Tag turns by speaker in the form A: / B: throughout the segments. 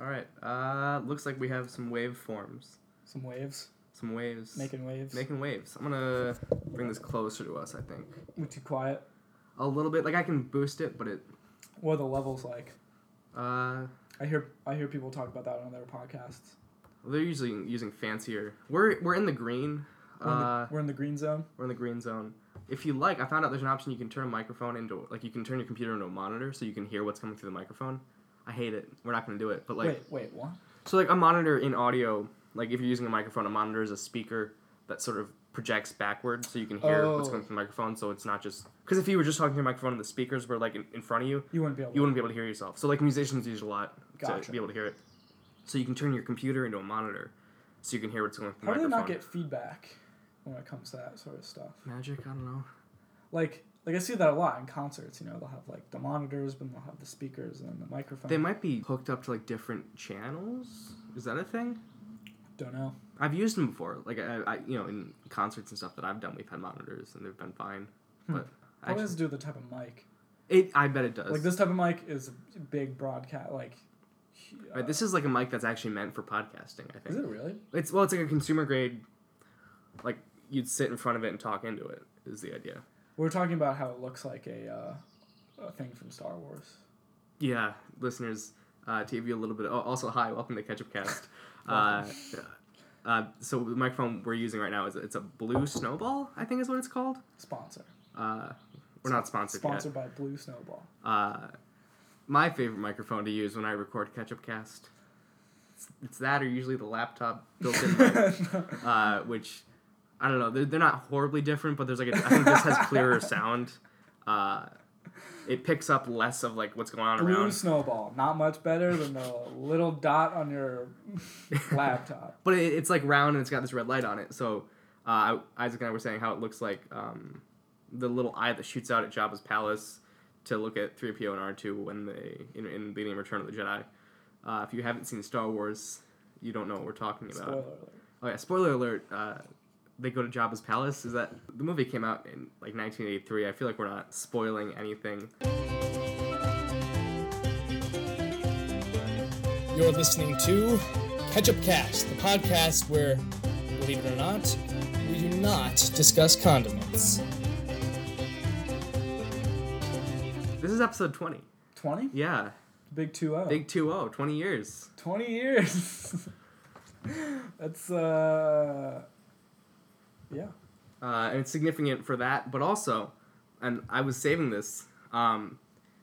A: All right. Uh, looks like we have some waveforms.
B: Some waves.
A: Some waves.
B: Making waves.
A: Making waves. I'm gonna bring this closer to us. I think
B: We're too quiet.
A: a little bit. Like I can boost it, but it.
B: What are the levels like?
A: Uh,
B: I hear I hear people talk about that on their podcasts.
A: they're usually using fancier. We're we're in the green.
B: We're, in,
A: Uh,
B: the, we're in the green zone.
A: we're in the green zone. If you like, I found out there's an option you can turn a microphone into, like you can turn your computer into a monitor, so you can hear what's coming through the microphone. I hate it. We're not gonna do it. But like,
B: wait, wait, what?
A: so like a monitor in audio, like if you're using a microphone, a monitor is a speaker that sort of projects backward, so you can hear what's
B: Oh.
A: coming through the microphone. So it's not just because if you were just talking to your microphone and the speakers were like in, in front of you,
B: You wouldn't be able.
A: you wouldn't be able to hear yourself. So like musicians use it a lot to
B: Gotcha.
A: be able to hear it. So you can turn your computer into a monitor, so you can hear what's going through
B: How
A: the
B: do they
A: microphone.
B: not get feedback when it comes to that sort of stuff?
A: Magic, I don't know.
B: Like, like I see that a lot in concerts. You know, they'll have like the monitors, but they'll have the speakers and then the microphone.
A: They might be hooked up to like different channels. Is that a thing?
B: Don't know.
A: I've used them before, like I, I you know, in concerts and stuff that I've done. We've had monitors and they've been fine,
B: Hmm.
A: but
B: Probably has
A: actually,
B: to do with the type of mic.
A: it I bet it does.
B: Like this type of mic is a big broadcast. Like, hu- uh,
A: Right, this is like a mic that's actually meant for podcasting. I
B: is
A: think
B: it really?
A: it's well, it's like a consumer grade. Like you'd sit in front of it and talk into it is the idea.
B: We were talking about how it looks like a, uh, a thing from Star Wars.
A: Yeah, listeners, uh, to give you a little bit. oh, also, hi, welcome to Ketchup Cast. uh, uh, so the microphone we're using right now is it's a blue snowball. I think is what it's called.
B: Sponsor.
A: Uh, we're not sponsored,
B: Sponsored by Blue Snowball.
A: yet. Uh, my favorite microphone to use when I record Ketchup Cast. It's, it's that or usually the laptop built-in mic, uh, which I don't know. They're, they're not horribly different, but there's like a, I think this has clearer sound. Uh, it picks up less of like what's going on
B: Blue
A: around.
B: Snowball. Not much better than the little dot on your laptop.
A: But it, it's like round and it's got this red light on it. So uh, I- Isaac and I were saying how it looks like um, the little eye that shoots out at Jabba's palace to look at 3PO and R2 when they in, in the Return of the Jedi. Uh, if you haven't seen Star Wars, you don't know what we're talking about.
B: Spoiler alert.
A: Oh yeah, spoiler alert. Uh, they go to Jabba's palace. Is that the movie came out in like 1983? I feel like we're not spoiling anything.
C: You're listening to Ketchup Cast, the podcast where, believe it or not, we do not discuss condiments.
A: This is episode 20.
B: 20?
A: Yeah,
B: Big 2 0.
A: big 2-0, 20 years.
B: 20 years. That's, uh. Yeah.
A: uh, and it's significant for that. But also, and I was saving this. Um,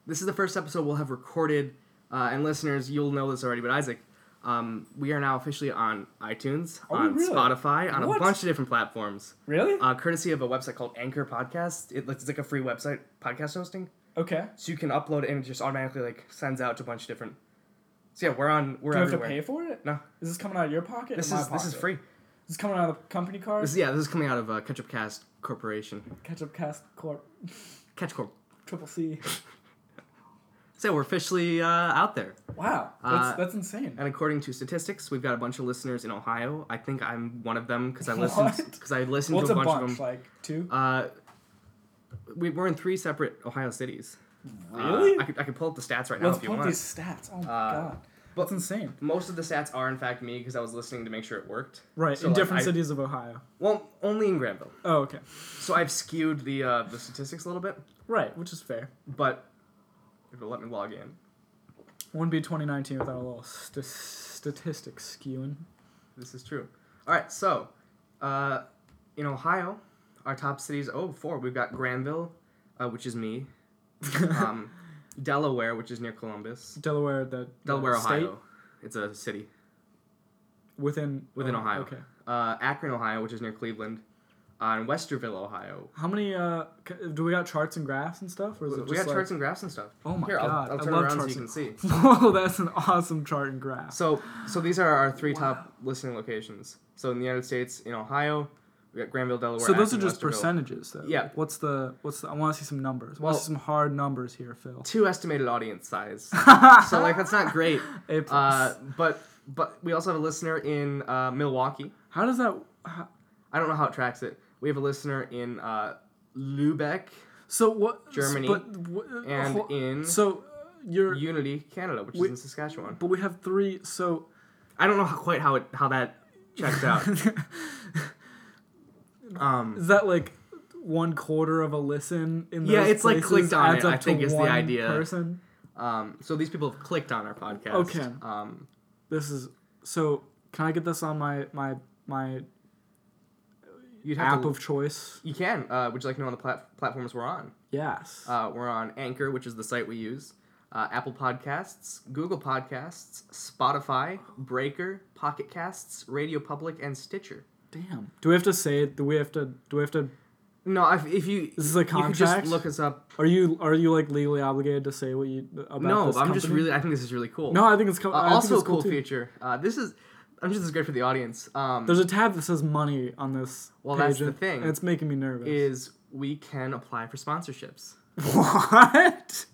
A: this is the first episode we'll have recorded, uh, and listeners, you'll know this already. But Isaac, um, we are now officially on iTunes,
B: Are we
A: on
B: Oh, really?
A: Spotify, on a
B: What?
A: bunch of different platforms,
B: Really?
A: uh, courtesy of a website called Anchor Podcast. It, it's like a free website podcast hosting,
B: okay.
A: so you can upload it and it just automatically like sends out to a bunch of different. So yeah, we're on. We're
B: Do you have to
A: everywhere.
B: pay for it?
A: No.
B: Is this coming out of your pocket? or
A: This
B: my
A: is this is
B: pocket?
A: free.
B: This is coming out of the company card?
A: This is, yeah, this is coming out of uh, Ketchup Cast Corporation.
B: Ketchup Cast Corp.
A: Catch Corp.
B: Triple C.
A: So we're officially uh, out there.
B: Wow. That's,
A: Uh,
B: that's insane.
A: And according to statistics, we've got a bunch of listeners in Ohio. I think I'm one of them because I listened
B: What?
A: because I listened
B: What's
A: to
B: a
A: a bunch,
B: bunch?
A: of them.
B: Like two?
A: Uh, we, we're in three separate Ohio cities. Uh,
B: Really?
A: I could, I could pull up the stats right now
B: Let's
A: if you
B: pull
A: want.
B: up these stats. Oh my
A: Uh,
B: god.
A: but-
B: That's insane.
A: Most of the stats are in fact me because I was listening to make sure it worked.
B: Right,
A: So,
B: in
A: like,
B: different
A: I-
B: cities of Ohio.
A: Well, only in Granville.
B: Oh, okay.
A: So I've skewed the uh, the statistics a little bit,
B: Right, which is fair.
A: but if it'll let me log in,
B: Wouldn't be 2019 without a little st- statistics skewing.
A: this is true. All right, so uh, in Ohio, our top cities. Oh, four. We've got Granville, uh, which is me. um, Delaware, which is near Columbus.
B: Delaware, the
A: Delaware,
B: the state
A: Ohio. It's a city.
B: within
A: Within
B: oh,
A: Ohio.
B: Okay.
A: Uh, Akron, Ohio, which is near Cleveland. Uh, and Westerville, Ohio.
B: How many uh c- do we got charts and graphs and stuff or is
A: We
B: it
A: got
B: just
A: charts
B: like,
A: and graphs and stuff.
B: Oh my
A: Here, I'll-
B: God,
A: I'll,
B: I
A: turn
B: love
A: around so
B: charts
A: you can see.
B: Whoa, Oh, that's an awesome chart and graph.
A: So, so these are our three top listening locations. So in the United States, in Ohio, we got Granville, Delaware.
B: So those are
A: Akron, Westerville.
B: just percentages though.
A: Yeah.
B: Like, what's the what's the I want to see some numbers. I want
A: Well-
B: to see some hard numbers here, Phil.
A: Two estimated audience size. so like that's not great.
B: A plus.
A: Uh, but but we also have a listener in uh, Milwaukee.
B: how does that how,
A: I don't know how it tracks it. We have a listener in uh, Lubeck
B: So what?
A: Germany
B: but, wh-
A: and
B: ho-
A: in
B: Oh, So uh, you're
A: Unity, Canada, which
B: We-
A: is in Saskatchewan.
B: but we have three. So
A: I don't know how, quite how it how that checks out. um,
B: is that like one quarter of a listen in
A: Yeah,
B: those
A: it's, like,
B: places
A: clicked on
B: adds
A: it,
B: up
A: I
B: to
A: think is the
B: one
A: idea.
B: Person.
A: um, so these people have clicked on our podcast.
B: Okay.
A: Um,
B: This is so. Can I get this on my my my
A: you'd have
B: app
A: to,
B: of choice?
A: you can. Uh, would you like to know on the plat- platforms we're on?
B: Yes.
A: Uh, we're on Anchor, which is the site we use. Uh, Apple Podcasts, Google Podcasts, Spotify, Breaker, Pocket Casts, Radio Public, and Stitcher.
B: Damn. Do we have to say it? Do we have to? Do we have to?
A: No, if, if you
B: This is a
A: you could just
B: contract?
A: look us up.
B: Are you are you like legally obligated to say what you about
A: no,
B: this
A: I'm just
B: company?
A: really. I think this is really cool.
B: No, I think it's co-
A: Uh,
B: I think
A: also a
B: it's
A: cool,
B: too.
A: feature. Uh, this is, I'm sure this is great for the audience. Um,
B: There's a tab that says money on this.
A: Well,
B: page
A: that's the
B: and-
A: thing,
B: And it's making me nervous.
A: is we can apply for sponsorships.
B: what?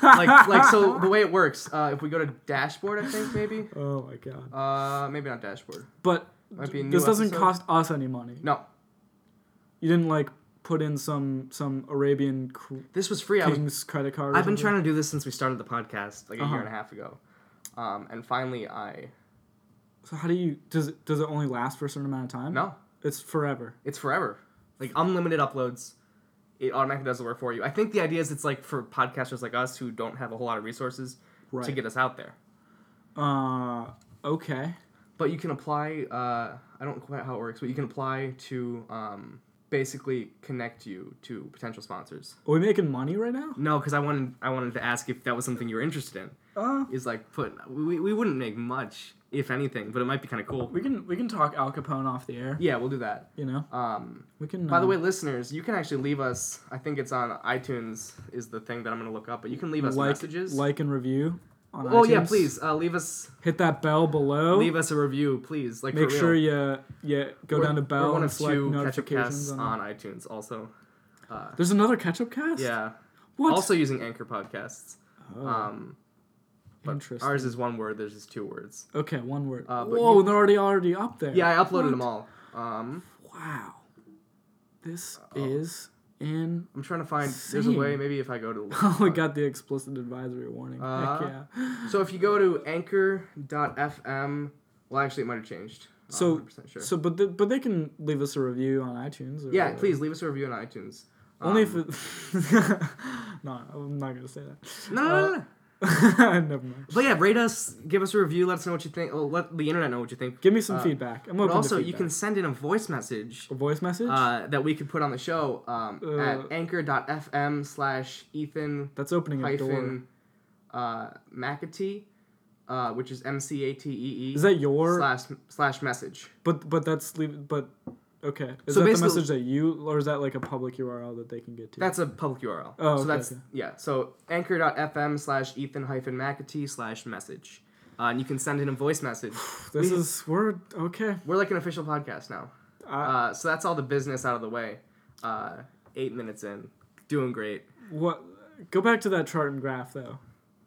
A: Like, like so the way it works. Uh, if we go to dashboard, I think maybe.
B: Oh my god.
A: Uh, maybe not dashboard.
B: But
A: Might be a new
B: this doesn't
A: episode.
B: cost us any money.
A: No,
B: You didn't like put in some some Arabian cr-
A: this was free. I was,
B: king's credit card. or
A: I've been
B: something?
A: trying to do this since we started the podcast like a
B: Uh-huh.
A: year and a half ago, um, and finally I
B: So how do you does it, does it only last for a certain amount of time?
A: no,
B: It's forever.
A: it's forever. Like unlimited uploads. It automatically does the work for you. I think the idea is it's like for podcasters like us who don't have a whole lot of resources to
B: Right.
A: get us out there.
B: Uh okay.
A: But you can apply. Uh, I don't know quite how it works, but you can apply to um, basically connect you to potential sponsors.
B: Are we making money right now?
A: No, because I wanted I wanted to ask if that was something you were interested in.
B: Uh
A: Is like put we, we wouldn't make much if anything, but it might be kind of cool.
B: we can we can talk Al Capone off the air.
A: Yeah, we'll do that.
B: You know?
A: Um,
B: We can
A: by the
B: uh,
A: way, listeners, you can actually leave us. I think it's on iTunes is the thing that I'm gonna look up, but you can leave us
B: like,
A: messages.
B: like and review on
A: oh yeah,
B: iTunes.
A: please uh, leave us
B: Hit that bell below.
A: leave us a review, please. Like
B: Make
A: for real.
B: sure you you go
A: We're-
B: down to
A: We're
B: bell
A: one
B: and
A: of
B: select
A: two ketchup casts
B: notifications.
A: on
B: On.
A: iTunes also. Uh,
B: There's another ketchup cast.
A: Yeah.
B: What?
A: Also using anchor podcasts.
B: Oh,
A: Um, but
B: interesting.
A: ours is one word. Theirs is two words.
B: okay, one word.
A: Uh, but
B: Whoa,
A: you-
B: they're already already up there.
A: Yeah, I uploaded
B: What?
A: them all. Um,
B: Wow, this is in.
A: I'm trying to find. There's a way.
B: Same.
A: Maybe if I go to.
B: Oh, we got the explicit advisory warning.
A: Uh,
B: Heck yeah.
A: So if you go to anchor.fm, well, actually, it might have changed. Not
B: So-
A: 100% sure.
B: So, but the, but they can leave us a review on iTunes. Or
A: yeah,
B: whatever.
A: please leave us a review on iTunes.
B: Only if
A: Um,
B: it. no, I'm not gonna say
A: no, no,
B: uh,
A: no, no, no.
B: that. Never mind.
A: But yeah, rate us, give us a review, let us know what you think. Well, let the internet know what you think.
B: Give me some
A: Uh,
B: feedback. I'm
A: But
B: open
A: also,
B: to
A: you
B: feedback.
A: can send in a voice message
B: a voice message.
A: uh, that we could put on the show um,
B: Uh,
A: at anchor.fm slash Ethan
B: That's opening a door.
A: hyphen uh, McAtee, uh, which is M C A T E E
B: Is that your?
A: slash slash message.
B: But but that's leave. But okay. Is
A: So
B: that the
A: basically-
B: message that you or is that like a public URL that they can get to?
A: That's a public URL.
B: Oh,
A: so
B: okay,
A: that's
B: okay.
A: yeah. So anchor.fm slash Ethan hyphen McAtee slash message, uh, and you can send in a voice message.
B: this
A: we-
B: is we're okay.
A: We're like an official podcast now.
B: I,
A: Uh, so that's all the business out of the way. Uh, eight minutes in, doing great.
B: what? Go back to that chart and graph though.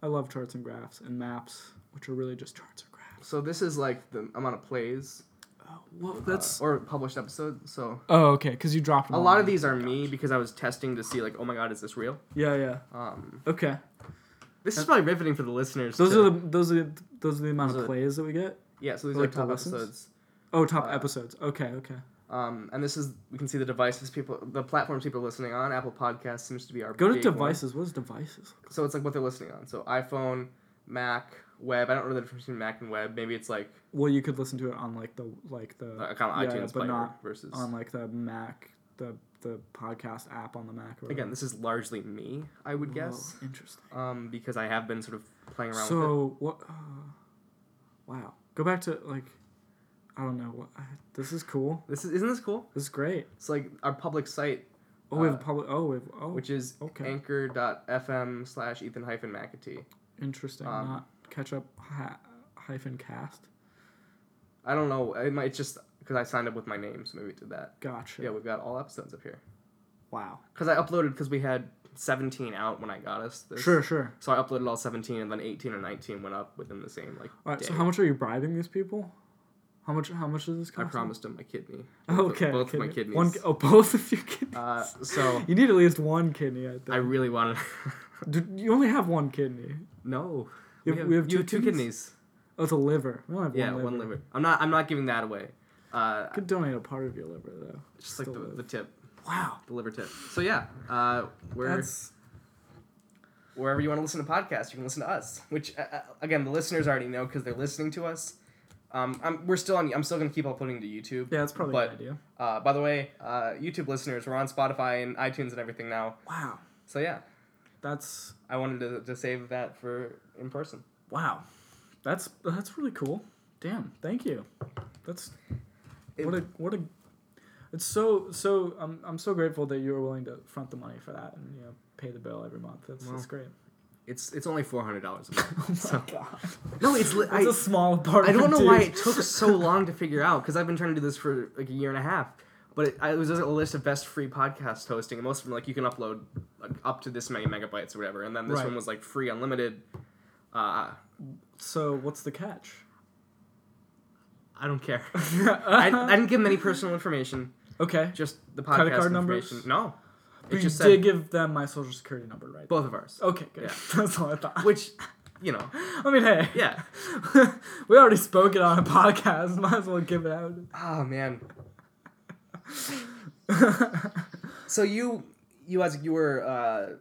B: I love charts and graphs and maps, which are really just charts and graphs.
A: So this is like the amount of plays
B: Oh, well,
A: uh,
B: that's.
A: or published episodes. So
B: oh, okay. Because you dropped
A: a lot of these are me because I was testing to see like, oh my god, is this real?
B: Yeah, yeah.
A: Um,
B: Okay.
A: This is probably riveting for the listeners.
B: Those
A: to-
B: are the those are the, those are the amount
A: Those
B: of
A: are-
B: plays that we get.
A: yeah. So these
B: like
A: are
B: the
A: top
B: lessons?
A: episodes.
B: Oh, top
A: Uh,
B: episodes. Okay, okay.
A: Um, and this is we can see the devices people, the platforms people are listening on. Apple Podcast seems to be our
B: Go to
A: big one.
B: devices. What is devices?
A: So it's like what they're listening on. So iPhone, Mac, web. I don't know the difference between Mac and web. Maybe it's like
B: Well, you could listen to it on like the like the
A: uh, kind of
B: yeah,
A: iTunes
B: yeah, but
A: player
B: not um,
A: versus.
B: on like the Mac, the the podcast app on the Mac. Or
A: Again, this is largely me, I would
B: whatever.
A: guess,
B: Whoa, interesting.
A: um, because I have been sort of playing around with it.
B: So what? Uh, wow, go back to like, I don't know. What, I, this is cool.
A: This is, isn't this cool?
B: This is great.
A: It's like our public site,
B: Oh, we have a
A: Uh,
B: public. Oh, we have. Oh,
A: which is
B: okay.
A: anchor.fm slash Ethan hyphen McAtee.
B: interesting.
A: um,
B: not ketchup ha- hyphen cast.
A: I don't know. It might it's just because I signed up with my name, so maybe it did that.
B: Gotcha.
A: Yeah, we've got all episodes up here.
B: Wow.
A: Because I uploaded because we had 17 out when I got us. This.
B: Sure, sure.
A: So I uploaded all 17, and then 18 and 19 went up within the same like.
B: All right. So
A: day.
B: how much are you bribing these people? How How much? How much does this
A: I
B: cost?
A: promised him my kidney. Both of-
B: Okay.
A: Both of my
B: kidney.
A: kidneys.
B: One. ki- Oh, both of your kidneys.
A: uh, so
B: you need at least one kidney. I
A: I
B: think.
A: really wanted.
B: Do- you only have one kidney.
A: no. we
B: You have-
A: have,
B: we have
A: you
B: two
A: have two
B: kidneys?
A: kidneys.
B: Oh, it's a liver. We only have
A: Yeah,
B: one liver.
A: one liver. I'm not. I'm not giving that away. Uh,
B: You could donate a part of your liver though.
A: just like the,
B: Still
A: the tip,
B: Wow.
A: the liver tip. So yeah, uh, we're
B: That's
A: wherever you want to listen to podcasts, you can listen to us. Which uh, uh, again, the listeners already know because they're listening to us. Um, I'm, we're still on. I'm still gonna keep uploading to YouTube.
B: yeah. That's probably a
A: But-
B: good idea.
A: Uh, by the way, uh, YouTube listeners, we're on Spotify and iTunes and everything now.
B: Wow.
A: So yeah,
B: That's
A: I wanted to, to save that for in person.
B: wow. That's that's really cool. Damn. Thank you. That's
A: It-
B: what a what a. It's so so. I'm I'm so grateful that you were willing to front the money for that and you know pay the bill every month. That's
A: Well,
B: that's great.
A: It's it's only four hundred dollars a month.
B: Oh my god.
A: no, it's li-
B: It's a small part.
A: I don't know why it took so long to figure out because I've been trying to do this for like a year and a half. But it, I, it was just a list of best free podcast hosting, and most of them like you can upload like, up to this many megabytes or whatever. And then this
B: Right.
A: one was like free unlimited. Uh,
B: So what's the catch?
A: I don't care. I, I didn't give them any personal information,
B: okay.
A: just the podcast
B: Credit card numbers?
A: information. No,
B: But
A: it
B: you
A: just
B: did
A: said
B: give them my social security number, right?
A: both of ours.
B: okay, good.
A: Yeah.
B: That's all I thought.
A: Which, you know,
B: I mean, hey,
A: yeah.
B: we already spoke it on a podcast. Might as well give it out.
A: Oh man. so you you as you were uh,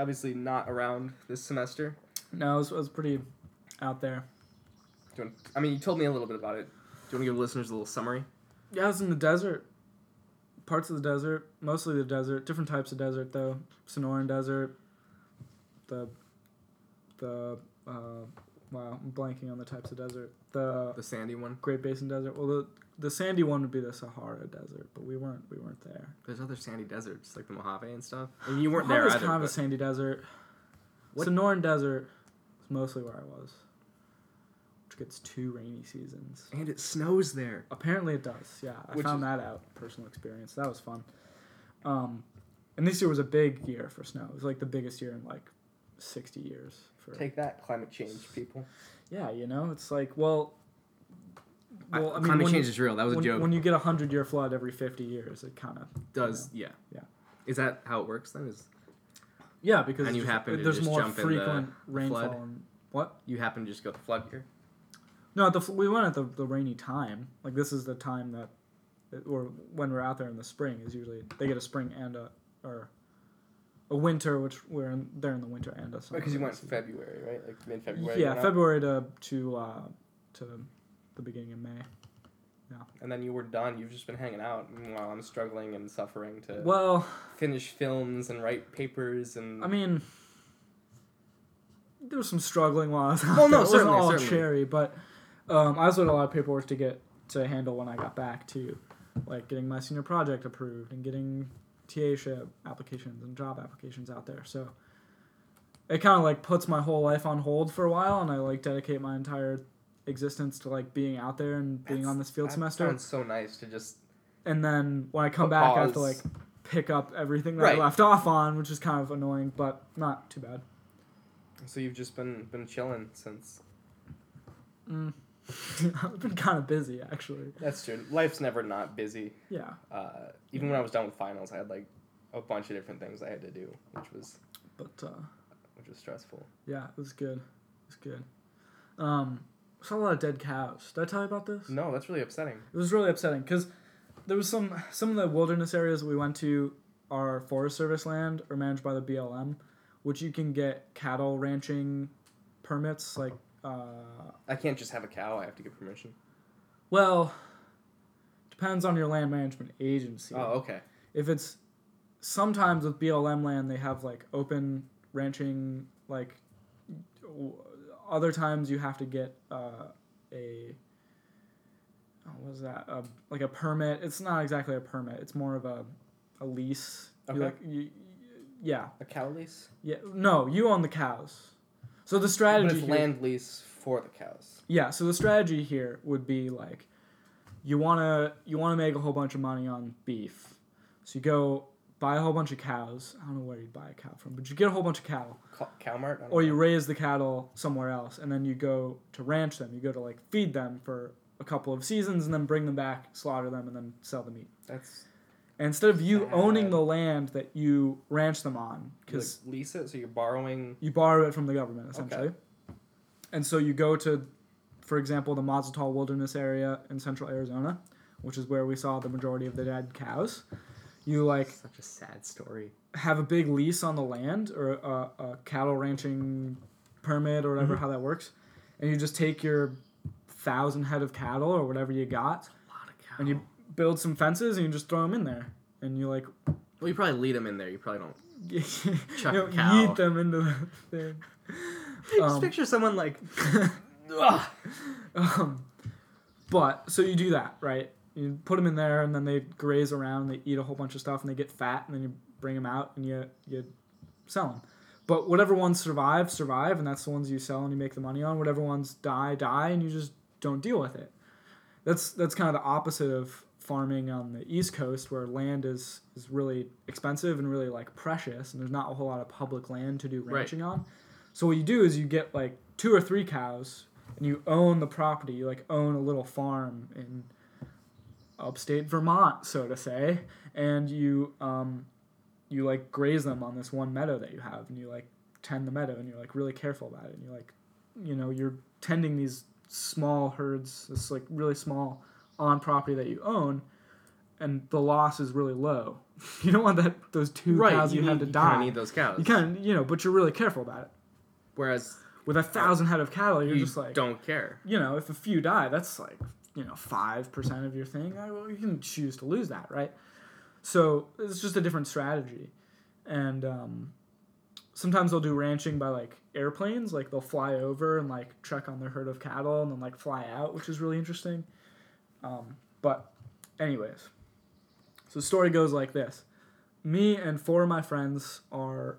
A: obviously not around this semester.
B: No, it was, it was pretty out there.
A: Do you want, I mean, you told me a little bit about it. Do you want to give listeners a little summary?
B: Yeah, I was in the desert. Parts of the desert, mostly the desert. Different types of desert, though. Sonoran desert. The, the, uh, wow, I'm blanking on the types of desert. The
A: The sandy one.
B: Great Basin desert. Well, the the sandy one would be the Sahara desert, but we weren't we weren't there.
A: There's other sandy deserts like the Mojave and stuff. And you weren't
B: Sahara's
A: there either.
B: kind of a
A: but-
B: sandy desert.
A: What-
B: Sonoran desert is mostly where I was, which gets two rainy seasons.
A: and it snows there.
B: Apparently it does. Yeah, I
A: Which is-
B: found that out. Personal experience. That was fun. Um, and this year was a big year for snow. It was like the biggest year in like sixty years. For
A: Take that, climate change people.
B: yeah, you know, it's like well, well, I, mean,
A: climate
B: when
A: change
B: you,
A: is real. That was
B: when,
A: a joke.
B: when you get a hundred year flood every fifty years, it kind of
A: Does yeah.
B: Yeah.
A: Is that how it works then? Is
B: yeah because
A: And
B: it's
A: you happen to
B: there's
A: just
B: more
A: jump in the-
B: frequent
A: the
B: rainfall.
A: flood?
B: And, what?
A: you happen to just go to flood here?
B: No, the, fl- we went at the, the rainy time. Like this is the time that, or when we're out there in the spring is usually they get a spring and a or a winter, which we're in, there in the winter and a summer.
A: Because you went
B: rainy season.
A: February, right? Like mid February.
B: Yeah, February to to uh, to the beginning of May.
A: and then you were done. You've just been hanging out. Meanwhile, I'm struggling and suffering to
B: Well,
A: finish films and write papers and.
B: I mean, there was some struggling while I was out
A: Well, no,
B: there. It wasn't
A: certainly,
B: all
A: certainly.
B: cherry, but um, I also had a lot of paperwork to get to handle when I got back too, like getting my senior project approved and getting TA ship applications and job applications out there. So it kind of like puts my whole life on hold for a while, and I like dedicate my entire existence to like being out there and being
A: That's-
B: on this field
A: that
B: semester.
A: sounds so nice to just
B: And then when I come
A: Put
B: back, I have to like
A: pause.
B: pick up everything that
A: Right.
B: I left off on, which is kind of annoying, but not too bad.
A: So you've just been been chilling since.
B: Mm. I've been kind of busy actually.
A: That's true. Life's never not busy.
B: Yeah,
A: Uh, even when I was done with finals, I had like a bunch of different things I had to do, which was
B: but uh,
A: which was stressful.
B: yeah, it was good. It was good. Um, saw a lot of dead cows. Did I tell you about this?
A: No, that's really upsetting.
B: It was really upsetting because there was some some of the wilderness areas we went to are Forest Service land or managed by the BLM, which you can get cattle ranching permits like. Uh,
A: I can't just have a cow. I have to get permission.
B: Well, depends on your land management agency.
A: Oh, okay.
B: If it's sometimes with BLM land, they have like open ranching. Like w- other times, you have to get uh, a oh, what was that? A, like a permit. It's not exactly a permit. It's more of a a lease. You
A: Okay.
B: like you, yeah
A: A cow lease.
B: yeah no you own the cows. So the
A: But
B: strategy
A: it's
B: here-
A: land lease for the cows.
B: yeah, so the strategy here would be like you want to you want to make a whole bunch of money on beef. So you go buy a whole bunch of cows. I don't know where you'd buy a cow from, but you get a whole bunch of cattle
A: Cow, cow mart. I don't
B: or you
A: know.
B: raise the cattle somewhere else and then you go to ranch them. You go to like feed them for a a couple of seasons and then bring them back, slaughter them, and then sell the meat.
D: That's
B: And instead of you
D: Sad.
B: owning the land that you ranch them on, because
D: because lease it, so you're borrowing.
B: you borrow it from the government essentially. And so you go to, for example, the Mazatal Wilderness area in central Arizona, which is where we saw the majority of the dead cows. You like
A: Such a sad story.
B: have a big lease on the land or a, a cattle ranching permit or
A: Mm-hmm.
B: whatever how that works, and you just take your thousand head of cattle or whatever you got,
A: A lot of cow.
B: and you build some fences and you just throw them in there, and you like
A: well, you probably lead them in there. You probably don't.
B: you
A: Chuck
B: know,
A: cow.
B: yeet them into the thing.
A: Just
B: Um,
A: picture someone like.
B: Um, but so you do that, right? You put them in there, and then they graze around. They eat a whole bunch of stuff, and they get fat, and then you bring them out and you you sell them. But whatever ones survive, survive, and that's the ones you sell and you make the money on. Whatever ones die, die, and you just don't deal with it. That's that's kind of the opposite of farming on the East Coast, where land is is really expensive and really like precious, and there's not a whole lot of public land to do
A: Right.
B: ranching on. So what you do is you get like two or three cows, and you own the property. You like own a little farm in upstate Vermont, so to say, and you um, you like graze them on this one meadow that you have, and you like tend the meadow, and you're like really careful about it, and you like, you know, you're tending these small herds, this like really small on property that you own, and the loss is really low. you don't want that those two cows you, had to
A: need-
B: die.
A: You kinda need those cows.
B: you kind of you know, but you're really careful about it.
A: Whereas
B: With a thousand head of cattle, you're
A: you
B: just like
A: don't care.
B: you know, if a few die, that's like, you know, 5% of your thing. I- well, You can choose to lose that, right? So it's just a different strategy. And um, sometimes they'll do ranching by like airplanes. Like they'll fly over and like check on their herd of cattle and then like fly out, which is really interesting. Um, but, anyways, so the story goes like this Me and four of my friends are,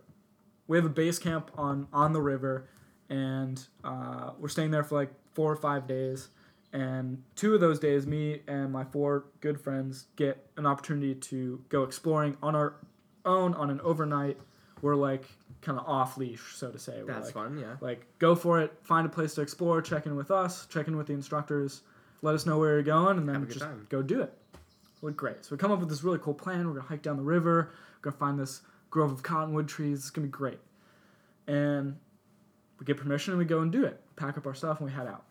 B: we have a base camp on, on the river and uh, we're staying there for like four or five days. And two of those days, me and my four good friends get an opportunity to go exploring on our own on an overnight. We're like kind of off leash, so to say. We're
A: That's
B: like,
A: fun. Yeah.
B: like, go for it. Find a place to explore. Check in with us. Check in with the instructors. Let us know where you're going, and
A: Have a
B: then
A: good
B: just
A: time.
B: go do it. Well, great. So we come up with this really cool plan. We're gonna hike down the river. We're gonna find this grove of cottonwood trees. It's gonna be great. And we get permission, and we go and do it. Pack up our stuff, and we head out.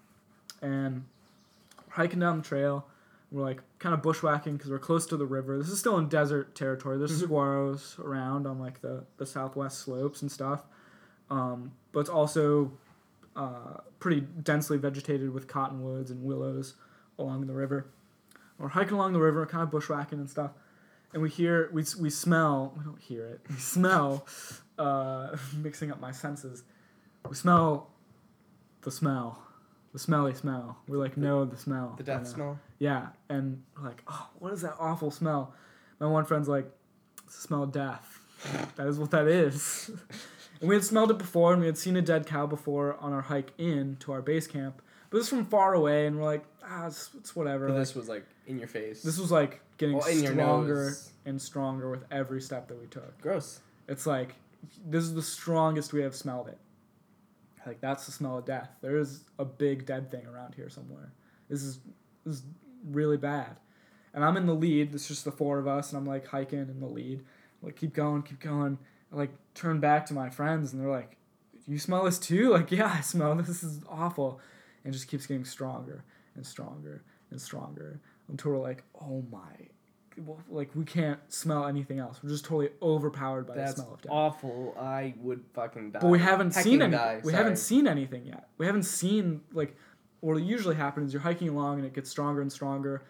B: And we're hiking down the trail. We're like kind of bushwhacking because we're close to the river. This is still in desert territory. There's
A: Mm-hmm.
B: saguaros around on like the, the southwest slopes and stuff. Um, but it's also uh, pretty densely vegetated with cottonwoods and willows along the river. We're hiking along the river, kind of bushwhacking and stuff, and we hear we s- we smell. We don't hear it. We smell. Uh, mixing up my senses. We smell the smell, the smelly smell. We like know the smell.
D: The
B: by
D: death
B: now.
D: smell.
B: Yeah, and we're like, oh, what is that awful smell? My one friend's like, it's the smell of death. that is what that is. and we had smelled it before, and we had seen a dead cow before on our hike in to our base camp. But this is from far away, and we're like, ah, it's, it's whatever.
D: But
B: like-
D: this was like in your face.
B: this was like getting
D: Well, in your
B: stronger
D: nose.
B: and stronger with every step that we took.
D: gross.
B: It's like this is the strongest we have smelled it. Like that's the smell of death. There is a big dead thing around here somewhere. This is this is really bad. And I'm in the lead. It's just the four of us, and I'm like hiking in the lead. Like keep going, keep going. I like turn back to my friends, and they're like, "You smell this too?" Like, yeah, I smell this. This is awful. And it just keeps getting stronger and stronger and stronger until we're like, "Oh my." well, Like we can't smell anything else. We're just totally overpowered by
D: That's
B: the smell of death.
D: awful. I would fucking die.
B: But we haven't
D: Hecking
B: seen any.
D: die,
B: we
D: Um, sorry.
B: haven't seen anything yet. We haven't seen like what usually happens. You're hiking along and it gets stronger and stronger,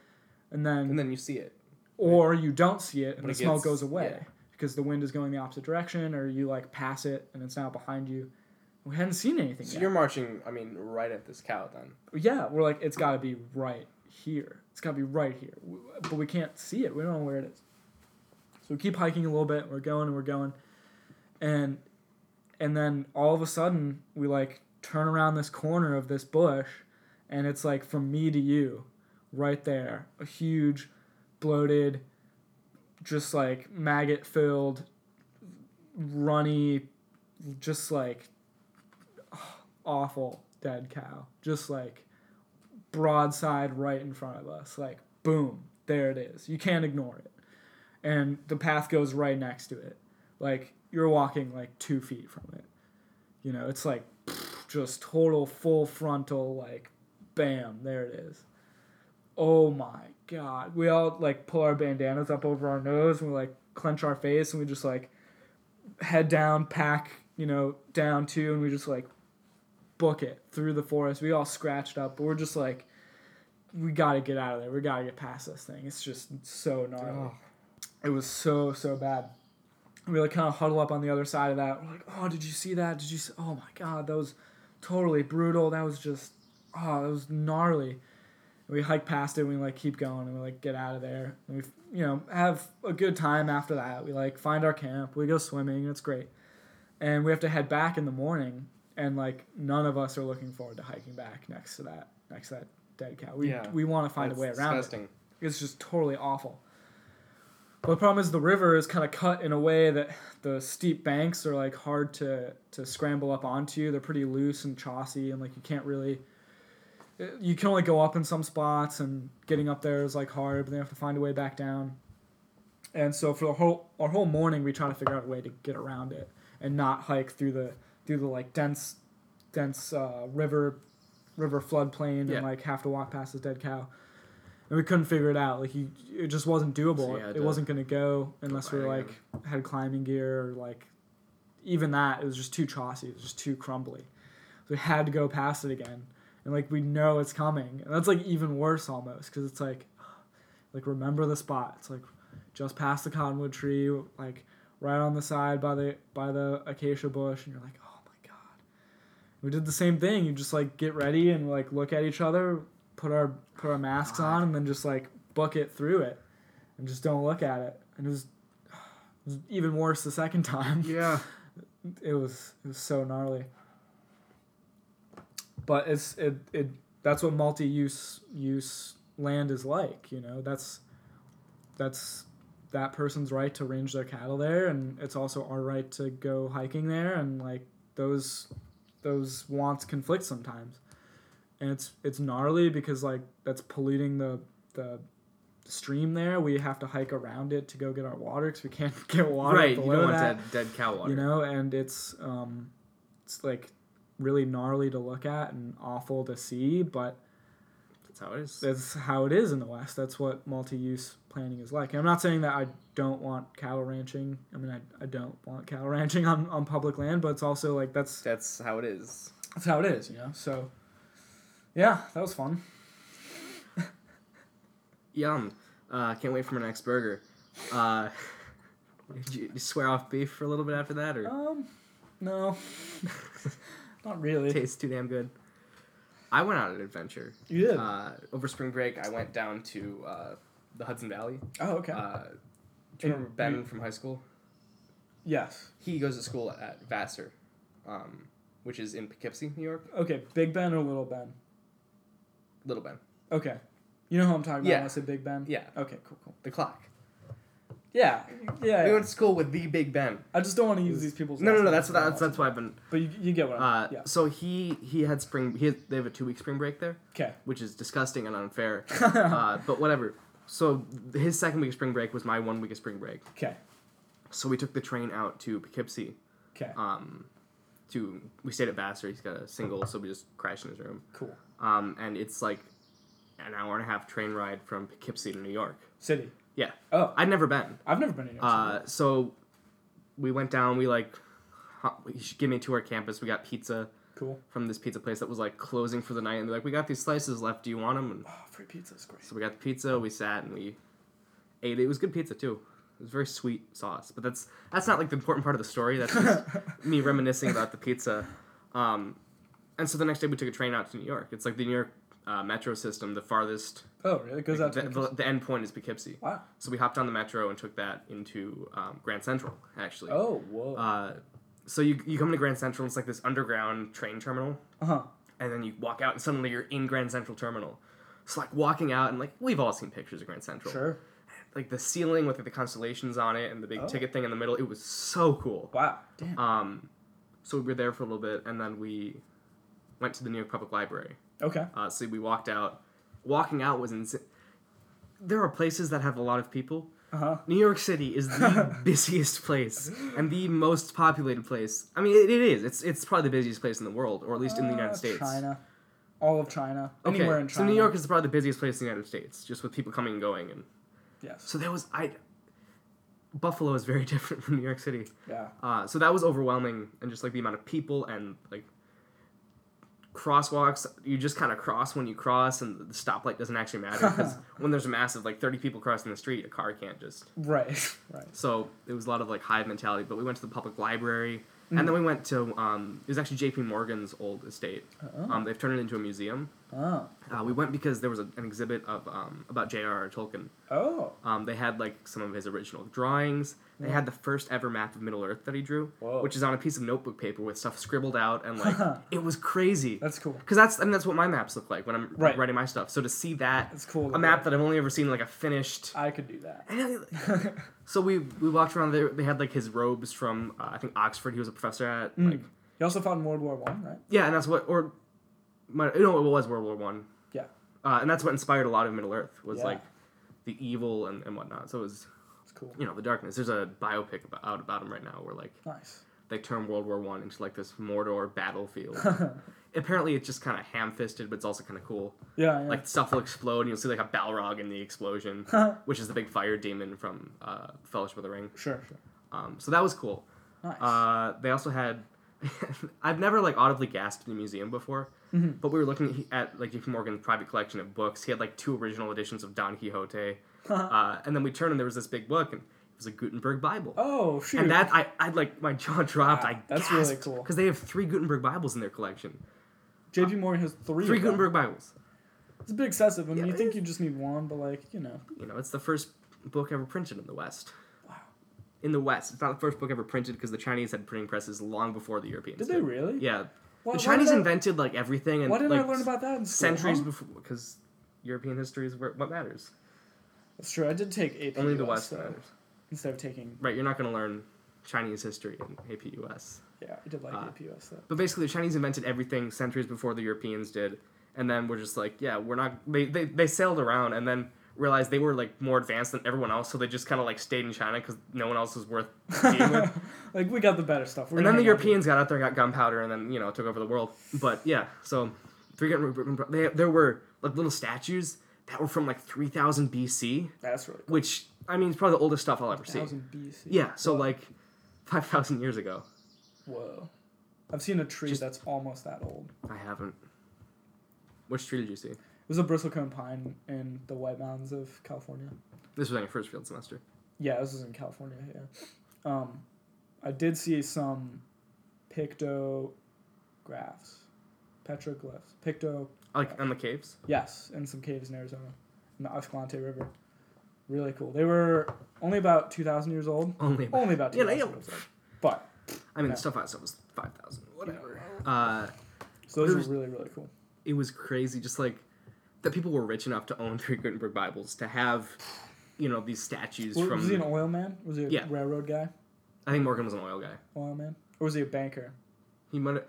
B: and then,
D: And then you see it.
B: or you don't see it and
D: But
B: the
D: it
B: smell
D: gets-
B: goes away
D: yeah.
B: because the wind is going the opposite direction, or you like pass it and it's now behind you. We hadn't seen anything
D: So
B: yet.
D: you're marching. I mean, right at this cow. Then
B: Yeah, we're like it's got to be right here. It's got to be right here, W- but we can't see it. We don't know where it is. So we keep hiking a little bit. We're going and we're going, and and then all of a sudden we like turn around this corner of this bush, and it's like from me to you, right there, a huge, bloated, just like maggot filled, runny, just like awful dead cow. Just like broadside right in front of us. Like, boom, there it is. You can't ignore it. And the path goes right next to it. Like, you're walking like two feet from it. You know, it's like just total full frontal, like, bam, there it is. Oh my God. We all like pull our bandanas up over our nose and we like clench our face and we just like head down, pack, you know, down too, and we just like book it through the forest. We all scratched up, but we're just like, we gotta get out of there. We gotta get past this thing. It's just so gnarly. It was so so bad. We like kind of huddle up on the other side of that. We're like, oh, did you see that? Did you? See? Oh my god, that was totally brutal. That was just, oh, that was gnarly. And we hike past it. and We like keep going, and we like get out of there. And we, you know, have a good time after that. We like find our camp. We go swimming. and It's great. And we have to head back in the morning, and like none of us are looking forward to hiking back next to that next to that dead cow. We
D: Yeah.
B: we want to find a
D: That's
B: way around it.
D: disgusting.
B: It's just totally awful. But the problem is the river is kind of cut in a way that the steep banks are like hard to to scramble up onto. They're pretty loose and chossy, and like you can't really. You can only go up in some spots, and getting up there is like hard. But then you have to find a way back down. And so for the whole our whole morning, we try to figure out a way to get around it and not hike through the through the like dense dense uh, river river floodplain
A: Yeah.
B: and like have to walk past this dead cow and we couldn't figure it out. Like you, it just wasn't doable.
A: So you had
B: it
A: to
B: wasn't gonna go unless we
A: climbing
B: like had climbing gear or like even that. It was just too chossy. It was just too crumbly. So we had to go past it again, and like we know it's coming, and that's like even worse almost because it's like, like remember the spot. It's like just past the cottonwood tree, like right on the side by the by the acacia bush, and you're like, oh my god. We did the same thing. You just like get ready and like look at each other, put our put our masks on, and then just like book it through it, and just don't look at it. And it was, it was even worse the second time.
A: Yeah.
B: It was it was so gnarly. But it's it it that's what multi use use land is like. You know that's that's that person's right to range their cattle there, and it's also our right to go hiking there, and like those those wants conflict sometimes and it's it's gnarly because like that's polluting the the stream there we have to hike around it to go get our water because we can't get water
A: right. You
B: below
A: don't want
B: that
A: dead, dead cow water.
B: you know and it's um it's like really gnarly to look at and awful to see but
A: That's how it is.
B: that's how it is in the west that's what multi-use planning is like and i'm not saying that i don't want cattle ranching i mean i, I don't want cattle ranching on, on public land but it's also like that's
D: That's how it is.
B: that's how it is, you know. So, yeah, that was fun.
A: Yum. Uh, can't wait for my next burger. Uh, did you, you swear off beef for a little bit after that, or
B: Um, no, Oh. not really.
A: tastes too damn good? I went on an adventure.
B: You did.
A: Uh,
D: Over spring break, I went down to uh, the Hudson Valley.
B: oh, okay.
D: Uh, do you remember Ben from high school?
B: yes.
D: He goes to school at Vassar, um, which is in Poughkeepsie, New York.
B: Okay, Big Ben or Little Ben?
D: Little Ben.
B: Okay, you know who I'm talking about.
D: Yeah.
B: When I say Big Ben.
D: Yeah.
B: Okay, cool, cool.
D: The clock.
B: Yeah, yeah.
D: We
B: Oh, yeah.
D: went to school with the Big Ben.
B: I just don't want to use these people's.
A: no, no,
B: last
A: no.
B: names
A: That's
B: for
A: that's
B: all.
A: that's why I've been.
B: But you, you get what I'm.
A: Uh,
B: yeah.
A: So he he had spring. He had, they have a two week spring break there.
B: Okay.
A: which is disgusting and unfair.
B: Uh-huh.
A: uh, but whatever. So his second week of spring break was my one week of spring break.
B: Okay.
A: So we took the train out to Poughkeepsie.
B: Okay.
A: Um, to we stayed at Vassar. He's got a single, so we just crashed in his room.
B: cool.
A: Um, and it's like an hour and a half train ride from Poughkeepsie to New York.
B: City.
A: Yeah,
B: Oh,
A: I'd never been.
B: I've never been in. New York
A: Uh, so we went down. We like, he gave me a tour of campus. We got pizza
B: City. Cool.
A: from this pizza place that was like closing for the night, and they're like, "We got these slices left. Do you want them?" And
B: Oh, free pizza is great.
A: So we got the pizza, we sat and we ate. It was good pizza too. It was very sweet sauce, but that's that's not like the important part of the story. That's just me reminiscing about the pizza. Um, and so the next day we took a train out to New York. It's like the New York uh, metro system, the farthest.
B: Oh, really? It goes out
A: The,
B: to.
A: the, the end point is Poughkeepsie.
B: wow.
A: So we hopped on the metro and took that into um, Grand Central actually.
B: Oh, whoa.
A: Uh, so you you come to Grand Central, it's like this underground train terminal
B: Uh huh.
A: and then you walk out and suddenly you're in Grand Central Terminal. It's like walking out and like we've all seen pictures of Grand Central.
B: Sure.
A: Like the ceiling with like, the constellations on it and the big
B: Oh.
A: ticket thing in the middle. It was so cool.
B: Wow. Damn.
A: Uh, Um, so we were there for a little bit and then we went to the New York Public Library.
B: Okay.
A: Uh, so we walked out. Walking out was insane. There are places that have a lot of people.
B: Uh huh.
A: New York City is the busiest place and the most populated place. I mean, it, it is. It's it's probably the busiest place in the world, or at least in the United States.
B: Uh, China. All of China. Anywhere in China.
A: so New York is probably the busiest place in the United States, just with people coming and going. And
B: Yes.
A: so there was I. Buffalo is very different from New York City.
B: Yeah.
A: Uh, so that was overwhelming, and just like the amount of people and like crosswalks, you just kind of cross when you cross, and the stoplight doesn't actually matter because when there's a massive like 30 people crossing the street, a car can't just.
B: Right. Right.
A: So it was a lot of like hive mentality. But we went to the public library, and
B: Mm.
A: then we went to um, it was actually J.P. Morgan's old estate. Um, they've turned it into a museum.
B: Oh.
A: Uh, we went because there was a, an exhibit of um, about J.R.R. Tolkien.
B: Oh.
A: Um, they had like some of his original drawings. They had the first ever map of Middle Earth that he drew,
B: Whoa.
A: which is on a piece of notebook paper with stuff scribbled out, and like it was crazy.
B: That's cool.
A: Because that's I mean that's what my maps look like when I'm
B: Right.
A: writing my stuff. So to see that,
B: It's cool Uh, to
A: A map
B: look.
A: that I've only ever seen like a finished.
B: I could do that.
A: so we we walked around there. They had like his robes from uh, I think Oxford. He was a professor at.
B: Mm.
A: Like,
B: You also fought in World War One, right?
A: yeah, and that's what or, my, you know it was World War One.
B: Yeah.
A: uh, and that's what inspired a lot of Middle Earth was
B: Yeah.
A: like the evil and, and whatnot. So it was
B: It's cool.
A: you know the darkness. There's a biopic about, out about him right now where like
B: Nice.
A: they turn World War One into like this Mordor battlefield. Apparently, it's just kind of ham-fisted, but it's also kind of cool.
B: Yeah. yeah.
A: Like stuff will explode, and you'll see like a Balrog in the explosion, which is the big fire demon from uh, Fellowship of the Ring.
B: sure. Sure.
A: Um, so that was cool.
B: Nice.
A: Uh, they also had. I've never like audibly gasped in a museum before,
B: Mm-hmm.
A: but we were looking at like JP Morgan's private collection of books. He had like two original editions of Don Quixote,
B: Uh-huh.
A: uh, and then we turned and there was this big book and it was a Gutenberg Bible.
B: oh shoot.
A: And that I, I like my jaw dropped.
B: Wow,
A: I
B: that's really cool.
A: because they have three Gutenberg Bibles in their collection.
B: J.P. Morgan has three.
A: Three
B: of them.
A: Gutenberg Bibles.
B: It's a bit excessive. I mean,
A: Yeah,
B: you
A: it
B: think
A: is.
B: you just need one, but like you know.
A: You know, it's the first book ever printed in the West. In the West, it's not the first book ever printed because the Chinese had printing presses long before the Europeans.
B: Did they really?
A: Yeah,
B: Why- why
A: the Chinese
B: did I-
A: invented like everything and
B: Why didn't
A: like
B: I learn about that in school? Oh,
A: centuries
B: huh?
A: before because European history is where, what matters.
B: That's true. I did take AP.
A: Only the
B: US,
A: West
B: though,
A: matters.
B: Instead of taking,
A: Right, you're not going to learn Chinese history in APUS.
B: yeah, I did like
A: Ah.
B: AP US though.
A: But basically, the Chinese invented everything centuries before the Europeans did, and then we're just like, yeah, we're not. They they, they sailed around and then realized they were like more advanced than everyone else, so they just kind of like stayed in China because no one else was worth being with.
B: like we got the better stuff. We're
A: And
B: gonna
A: then the
B: hang on to it.
A: Europeans got out there and got gunpowder, and then you know took over the world. But yeah, so three gun- they, there were like little statues that were from like 3000 BC,
B: That's really cool.
A: which I mean it's probably the oldest stuff I'll ever see.
B: 1000 BC.
A: Yeah, so like 5000 years ago.
B: Whoa. I've seen a tree
A: Just-
B: that's almost that old.
A: I haven't. Which tree did you see?
B: It was a bristlecone pine in the White Mountains of California.
A: This was on your first field semester.
B: Yeah, this is in California. Yeah, um, I did see some pictographs, petroglyphs, picto.
A: Like on the caves.
B: Yes, in some caves in Arizona, in the Escalante River. Really cool. They were only about two thousand years old.
A: Only.
B: Only about two
A: Oh, Yeah,
B: thousand
A: they
B: years old. But
A: I mean,
B: Yeah.
A: the stuff I saw was five thousand. Whatever. Uh,
B: so those
A: There's-
B: are really really cool.
A: it was crazy, just like that. People were rich enough to own three Gutenberg Bibles to have, you know, these statues
B: Was,
A: from.
B: was he an oil man? Was he a
A: Yeah.
B: railroad guy?
A: I think Morgan was an oil guy.
B: Oil man? Or was he a banker?
A: He might. have-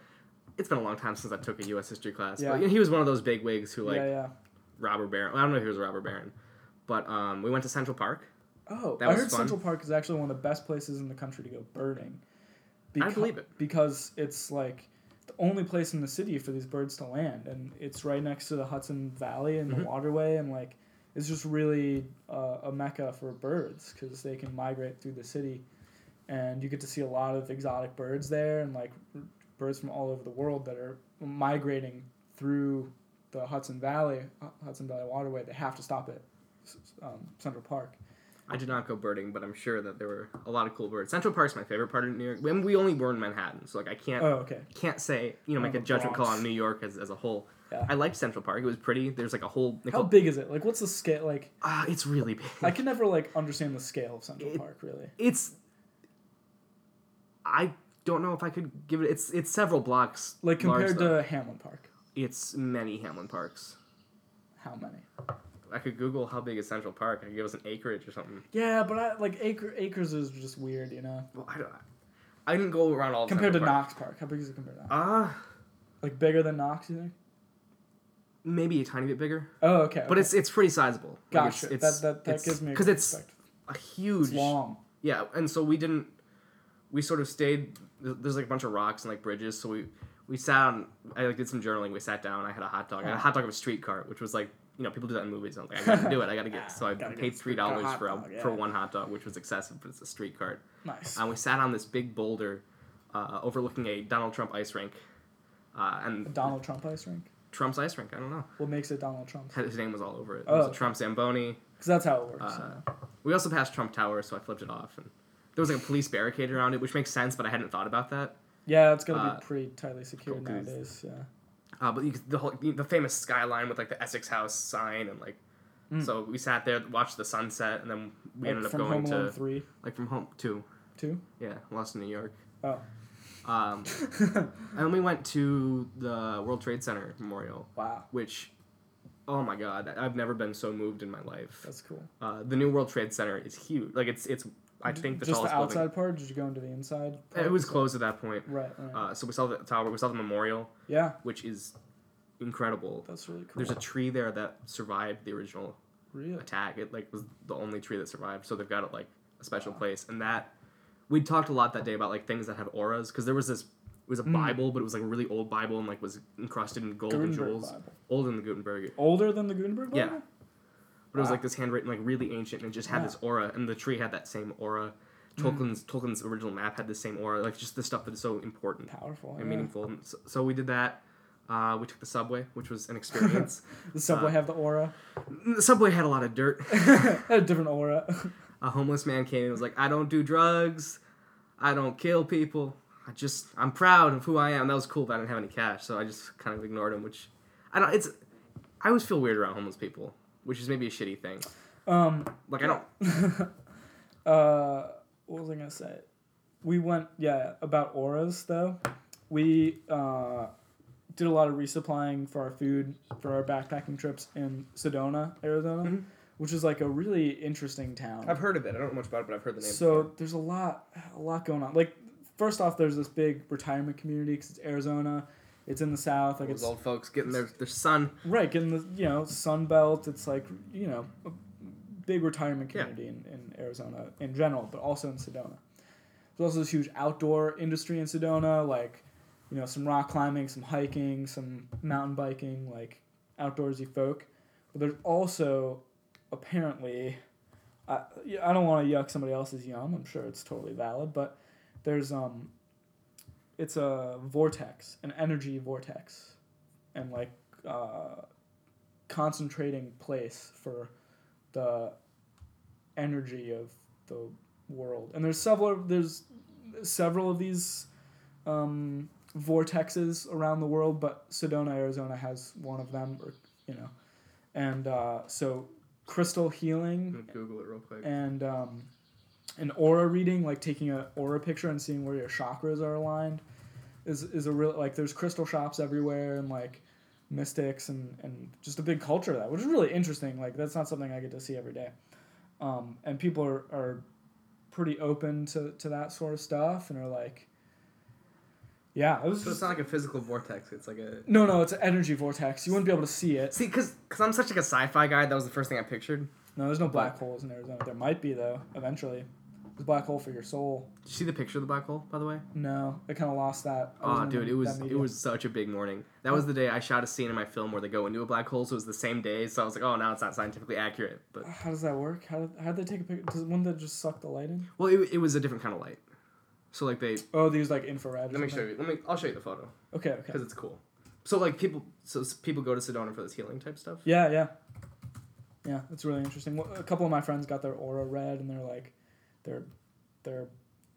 A: It's been a long time since I took a U.S. history class,
B: Yeah.
A: but you know, he was one of those big wigs who like
B: yeah, yeah.
A: robber baron. well, I don't know if he was a robber baron, but um, we went to Central Park.
B: Oh,
A: That
B: I
A: was
B: heard
A: fun.
B: Central Park is actually one of the best places in the country to go birding.
A: I believe it.
B: because it's like the only place in the city for these birds to land, and it's right next to the Hudson Valley and
A: Mm-hmm.
B: the waterway, and like it's just really uh, a mecca for birds because they can migrate through the city, and you get to see a lot of exotic birds there, and like r- birds from all over the world that are migrating through the Hudson Valley, Hudson Valley waterway. They have to stop at s- s- um, Central Park.
A: I did not go birding, but I'm sure that there were a lot of cool birds. Central Park's my favorite part of New York. When we only were in Manhattan, so like I can't.
B: Oh, okay.
A: can't say you know make
B: the
A: a judgment call
B: Bronx.
A: on New York as, as a whole.
B: Yeah.
A: I liked Central Park. It was pretty. There's like a whole. Like,
B: How big is it? Like, what's the scale? Like,
A: Ah, it's really big.
B: I can never like understand the scale of Central
A: It-
B: Park. Really,
A: it's. I don't know if I could give it. It's it's several blocks.
B: like
A: large,
B: compared
A: though.
B: to Hamlin Park,
A: It's many Hamlin parks.
B: how many?
A: I could Google how big is Central Park. I could give us an acreage or something.
B: Yeah, but I like acre, acres is just weird, you know.
A: Well, I don't. I didn't go around all. of
B: Compared to
A: Central Park.
B: Knox Park, how big is it compared to? Knox?
A: Ah,
B: Like bigger than Knox, you think?
A: Maybe a tiny bit bigger,
B: Oh, okay.
A: but
B: okay.
A: it's it's pretty sizable. Like,
B: gotcha.
A: it's, it's,
B: that that, that
A: it's-
B: gives me
A: because it's
B: perspective.
A: a huge
B: It's long.
A: Yeah, and so we didn't. We sort of stayed. th- There's like a bunch of rocks and like bridges, so we we sat on. I like did some journaling. We sat down. I had a hot dog. I had a hot dog of a street cart, which was like you know people do that in movies. I'm like I gotta do it. I gotta get. So I
B: Gotta get
A: paid
B: a
A: three
B: street cart
A: dollars
B: hot
A: for a,
B: dog,
A: for
B: yeah.
A: one hot dog, which was excessive, but it's a street cart.
B: Nice.
A: And we sat on this big boulder, uh, overlooking a Donald Trump ice rink, uh, and
B: Donald Trump ice rink.
A: Trump's ice rink. I don't know.
B: What makes it Donald Trump?
A: His name was all over it. There was
B: Oh.
A: a Trump Zamboni.
B: Because that's how it works.
A: Uh, we also passed Trump Tower, so I flipped it off, and there was like a police barricade around it, which makes sense, but I hadn't thought about that.
B: yeah, it's gonna
A: uh,
B: be pretty tightly secured
A: cool, 'cause-
B: nowadays. Yeah.
A: Uh, but you, could- the whole the famous skyline with like the Essex House sign and like, so we sat there, watched the sunset, and then we
B: Hmm. Like,
A: ended up
B: from
A: going
B: Home Alone
A: to
B: three,
A: like from home to
B: two.
A: yeah, Lost in New York.
B: Oh.
A: Um, and then we went to the World Trade Center Memorial,
B: Wow.
A: which, oh my God, I- I've never been so moved in my life.
B: That's cool.
A: Uh, the new World Trade Center is huge. Like it's it's I think the
B: Just the
A: tallest
B: outside
A: building.
B: part. Did you go into the inside? part?
A: It was closed at that point.
B: Right. right.
A: Uh, so we saw the tower. We saw the memorial,
B: yeah.
A: which is incredible.
B: That's really cool.
A: There's a tree there that survived the original
B: really.
A: attack. It like was the only tree that survived, so they've got it like a special place. And that we talked a lot that day about like things that have auras because there was this it
B: Hmm.
A: was a Bible, but it was like a really old Bible and like was encrusted in gold and
B: Gutenberg
A: jewels,
B: Bible.
A: older than the Gutenberg.
B: Older than the Gutenberg Bible.
A: Yeah. But it was
B: Wow.
A: like this handwritten, like really ancient, and it just had
B: Yeah. Hmm.
A: this aura, and the tree had that same aura. Tolkien's Tolkien's original map had the same aura, like just the stuff that is so important
B: Powerful.
A: and
B: Yeah.
A: meaningful. And so, so we did that. Uh, we took the subway, which was an experience.
B: The subway
A: Uh,
B: have the aura.
A: the subway had a lot of dirt.
B: a different aura.
A: A homeless man came in and was like, "I don't do drugs, I don't kill people. I just I'm proud of who I am." That was cool, but I didn't have any cash, so I just kind of ignored him. Which I don't. It's I always feel weird around homeless people, which is maybe a shitty thing.
B: um.
A: Like I don't.
B: uh, what was I gonna say? We went, yeah, about auras though. We uh, did a lot of resupplying for our food for our backpacking trips in Sedona, Arizona,
A: Mm-hmm.
B: which is like a really interesting town.
D: I've heard of it. I don't know much about it, but I've heard the name.
B: So there's a lot, a lot going on. Like first off, there's this big retirement community because it's Arizona. It's in the south, like
A: Those
B: it's
A: old folks getting their their sun.
B: right in the you know Sun Belt. It's like you know a big retirement
A: Yeah.
B: community in, in Arizona in general, but also in Sedona. There's also this huge outdoor industry in Sedona, like you know some rock climbing, some hiking, some mountain biking, like outdoorsy folk. But there's also apparently, I yeah, I don't want to yuck somebody else's yum. I'm sure it's totally valid, but there's um. It's a vortex, an energy vortex, and like uh, concentrating place for the energy of the world. And there's several there's several of these um, vortexes around the world, but Sedona, Arizona has one of them, or you know, and uh, so crystal healing
A: I'm gonna Google it real quick.
B: and um, an aura reading, like taking an aura picture and seeing where your chakras are aligned, is is a real like. There's crystal shops everywhere and like mystics and and just a big culture of that, which is really interesting. Like that's not something I get to see every day, um, and people are are pretty open to to that sort of stuff and are like, yeah, it was
A: So it's
B: just.
A: not like a physical vortex. It's like a
B: No, no, it's an energy vortex. You wouldn't be able to see it.
A: see, cause cause I'm such like a sci-fi guy. That was the first thing I pictured.
B: No, there's no black holes in Arizona. There might be though, eventually. There's a black hole for your soul.
A: Did you see the picture of the black hole, by the way?
B: No, I kind of lost that. I
A: Oh,
B: in
A: dude, it
B: Um, that
A: was it
B: media.
A: was such a big morning. That was the day I shot a scene in my film where they go into a black hole. So it was the same day. So I was like, oh, now it's not scientifically accurate. But
B: How does that work? How did how did they take a picture? Does wouldn't that just suck the light in?
A: well, it, it was a different kind of light. So like they
B: Oh, they use like infrared.
A: let me show you. Let me I'll show you the photo
B: Okay, okay.
A: because it's cool. So like people so s- people go to Sedona for this healing type stuff.
B: Yeah, yeah, yeah. It's really interesting. Well, A couple of my friends got their aura read, and they're like, their their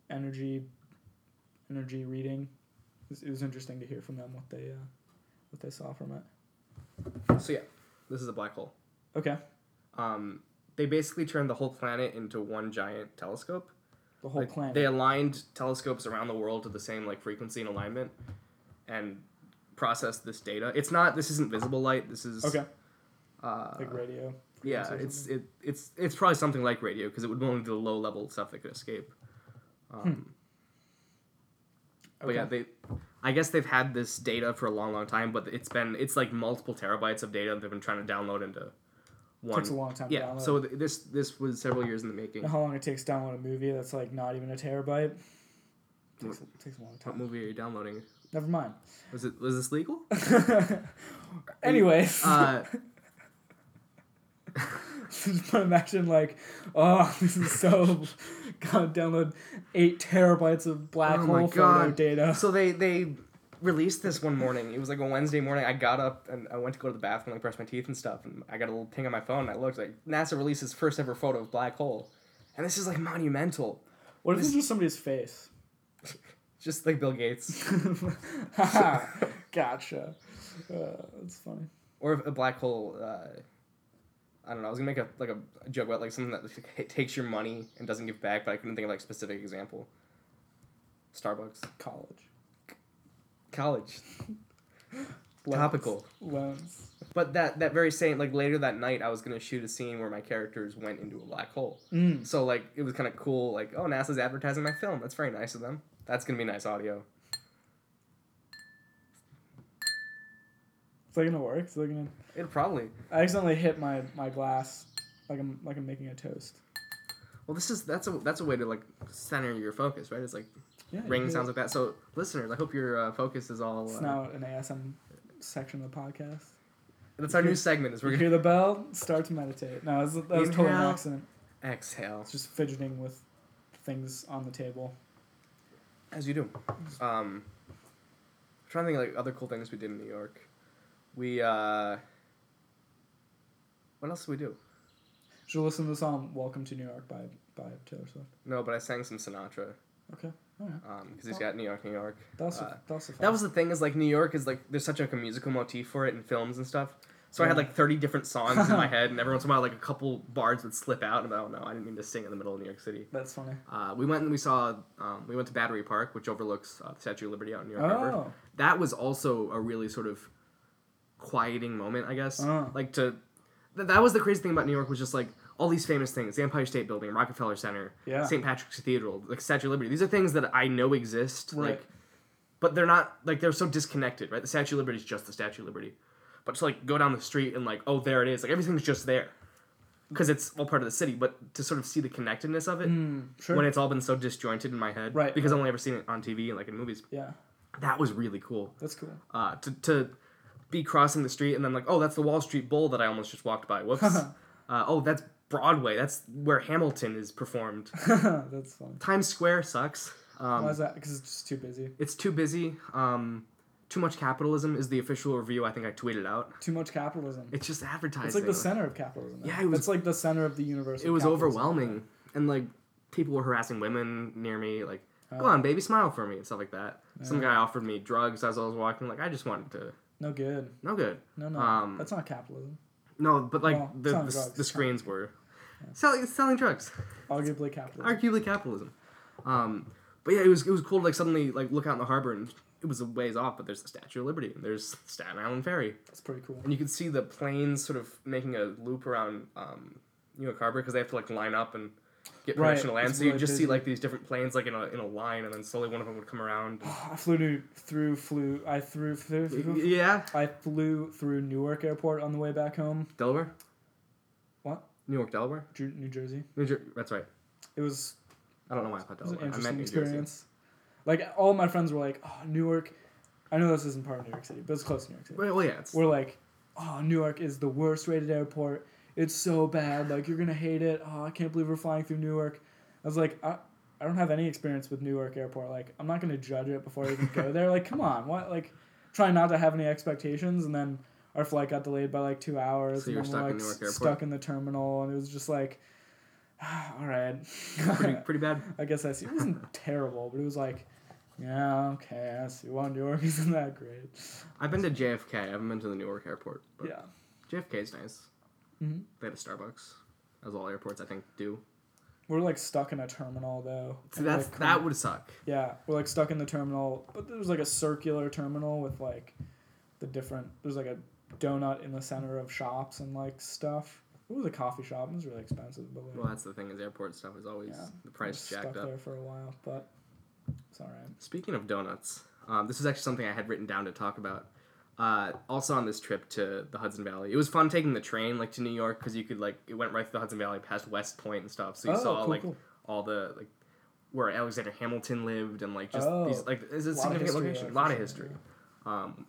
B: energy energy reading. It was, it was interesting to hear from them what they uh, what they saw from it.
A: So yeah, this is a black hole.
B: Okay,
A: Um, they basically turned the whole planet into one giant telescope.
B: the whole
A: Like,
B: planet.
A: They aligned telescopes around the world to the same like frequency and alignment, and processed this data. It's not. This isn't visible light. This is
B: okay,
A: Uh,
B: like radio.
A: yeah,
B: frequency or
A: it's
B: something.
A: it, it's it's probably something like
B: Hmm,
A: radio because it would only be the low level stuff that could escape. Um, But yeah, they. I guess they've had this data for a long, long time, but it's been it's like multiple terabytes of data they've been trying to download into one.
B: Takes a long time.
A: yeah.
B: To download. Uh-huh.
A: So th- this this was several years in the making.
B: You know how long it takes to download a movie that's like not even a terabyte? Takes,
A: Mm.
B: takes a long
A: What
B: time.
A: movie are you downloading?
B: Never mind.
A: Was it was this legal?
B: Anyways,
A: Uh,
B: just imagine like, oh, this is so. God, download eight terabytes of black
A: Oh my
B: hole photo
A: God.
B: data.
A: so they they released this one morning. It was like a Wednesday morning. I got up and I went to go to the bathroom, like brush my teeth and stuff, and I got a little ping on my phone. And I looked like NASA released its first ever photo of black hole, and this is like monumental.
B: What if this is just somebody's face?
A: Just like Bill Gates,
B: Haha, gotcha. Uh, that's funny.
A: or if a black hole. Uh, I don't know. I was gonna make a like a, a joke about like something that like, t- takes your money and doesn't give back, but I couldn't think of like a specific example. Starbucks,
B: College
A: college, topical.
B: loans.
A: But that that very same like later that night I was gonna shoot a scene where my characters went into a black hole.
B: Mm.
A: So like it was kind of cool. Like oh NASA's advertising my film. That's very nice of them. That's gonna be nice audio.
B: Is that gonna work? Is that gonna?
A: It probably.
B: I accidentally hit my my glass, like I'm like I'm making a toast.
A: Well this is that's a that's a way to like center your focus right. It's like
B: Yeah. you
A: ring
B: did.
A: sounds like that. So listeners, I hope your uh, focus is all.
B: It's
A: Uh,
B: now an ASM section of the podcast.
A: that's our new segment. Is
B: You
A: we're
B: hear
A: gonna
B: the bell, start to meditate. No, that was, that was totally an
A: Inhale.
B: accident.
A: exhale
B: It's just fidgeting with things on the table.
A: as you do. Um, I'm trying to think of, like other cool things we did in New York. We uh. What else did we do?
B: Should listen to the song "Welcome to New York" by by Taylor Swift.
A: No, but I sang some Sinatra.
B: Okay, all right.
A: because Um, he's got New York, New York.
B: That's
A: Uh,
B: that's
A: That was the thing is like New York is like there's such like a musical motif for it in films and stuff. So I had
B: Yeah.
A: like 30 different songs in my head, and every once in a while like a couple bars would slip out, and I don't know, I didn't mean to sing in the middle of New York City.
B: that's funny.
A: Uh, we went and we saw um, we went to Battery Park, which overlooks uh, the Statue of Liberty out in New York Harbor.
B: Oh,
A: That was also a really sort of quieting moment, I guess.
B: Oh.
A: Like to th- that was the crazy thing about New York was just like all these famous things: the Empire State Building, Rockefeller Center,
B: Yeah.
A: St. Patrick's Cathedral, like Statue of Liberty. These are things that I know exist,
B: Right.
A: like, but they're not like they're so disconnected, right? The Statue of Liberty is just the Statue of Liberty, but to like go down the street and like oh there it is, like everything's just there, because it's all part of the city. But to sort of see the connectedness of it
B: mm, sure.
A: when it's all been so disjointed in my head,
B: Right,
A: Because I've only ever seen it on TV and like in movies.
B: yeah,
A: That was really cool
B: that's cool.
A: uh, to, to be crossing the street and then like, oh, that's the Wall Street Bowl that I almost just walked by. Whoops. uh, oh, that's Broadway. That's where Hamilton is performed.
B: that's funny.
A: Times Square sucks. Um,
B: Why is that? Because it's just too busy.
A: it's too busy. Um, too much capitalism is the official review. I think I tweeted out.
B: Too much capitalism.
A: It's just advertising.
B: It's like the center of capitalism.
A: Yeah, it was-
B: It's like the center of the universe.
A: it
B: of
A: was
B: capitalism.
A: overwhelming, and like people were harassing women near me, like.
B: Oh.
A: Go on, baby, smile for me and stuff like that. Some guy offered me drugs as I was walking. Like I just wanted to,
B: No good.
A: no good.
B: No, no.
A: Um,
B: that's not capitalism.
A: No, but like
B: Well,
A: the,
B: selling
A: the,
B: drugs
A: the
B: is
A: screens were selling selling drugs,
B: Arguably capitalism.
A: arguably capitalism. Um, but yeah, it was it was cool to like suddenly like look out in the harbor and it was a ways off, but there's the Statue of Liberty and there's Staten Island Ferry,
B: that's pretty cool.
A: and you could see the planes sort of making a loop around um, New York Harbor because they have to like line up and get
B: Right,
A: permission to land.
B: it's
A: So you
B: really
A: just see
B: busy.
A: like these different planes like in a in a line, and then slowly one of them would come around.
B: I flew to, through flew I threw flew, flew-
A: yeah,
B: I flew through Newark Airport on the way back home.
A: Delaware.
B: What?
A: New York, Delaware.
B: Jer- New Jersey.
A: New Jer- That's right.
B: It was,
A: I don't know why Oh, I thought
B: it was an
A: Delaware. I meant
B: interesting
A: New Jersey.
B: experience. Like all my friends were like, "Oh, Newark." I know this isn't part of New York City, but it's close to New York City.
A: Well, well, yeah, it's
B: We're like, "Oh, Newark is the worst rated airport. It's so bad. Like you're gonna hate it. Oh, I can't believe we're flying through Newark." I was like, I, I don't have any experience with Newark Airport. Like I'm not gonna judge it before I even go there. Like come on, what? Like trying not to have any expectations, and then our flight got delayed by like two hours.
A: So
B: and
A: you were
B: then
A: stuck in
B: like,
A: Newark
B: s-
A: Airport?
B: Stuck in the terminal, and it was just like, all right.
A: pretty pretty bad.
B: I guess I see. It wasn't terrible, but it was like, yeah, okay, I see. One Newark isn't that great.
A: I've been to JFK. I haven't been to the Newark airport. But
B: Yeah.
A: JFK is nice.
C: Mm-hmm.
B: Mhm.
A: They had a Starbucks, as all airports I think do.
B: We're like stuck in a terminal though.
A: So
B: and,
A: that's
B: like,
A: that
B: couldn't-
A: would suck.
B: Yeah, we're like stuck in the terminal, but there was like a circular terminal with like the different. There's like a donut in the center of shops and like stuff. It was a coffee shop. It was really expensive, but like,
A: Well, that's the thing is airport stuff is always
B: Yeah.
A: the price
B: stuck
A: jacked up.
B: there for a while. But
C: It's all right.
A: Speaking of donuts, um, this is actually something I had written down to talk about. Uh, also on this trip to the Hudson Valley, it was fun taking the train like to New York because you could like it went right to the Hudson Valley, past West Point and stuff. So you
C: Oh,
A: saw
C: cool,
A: like
C: cool.
A: all the like where Alexander Hamilton lived and like just
C: Oh.
A: these like it's a
C: Lot of
A: significant
C: history
A: location,
C: there,
A: a
C: for
A: lot of
C: sure,
A: history. Um,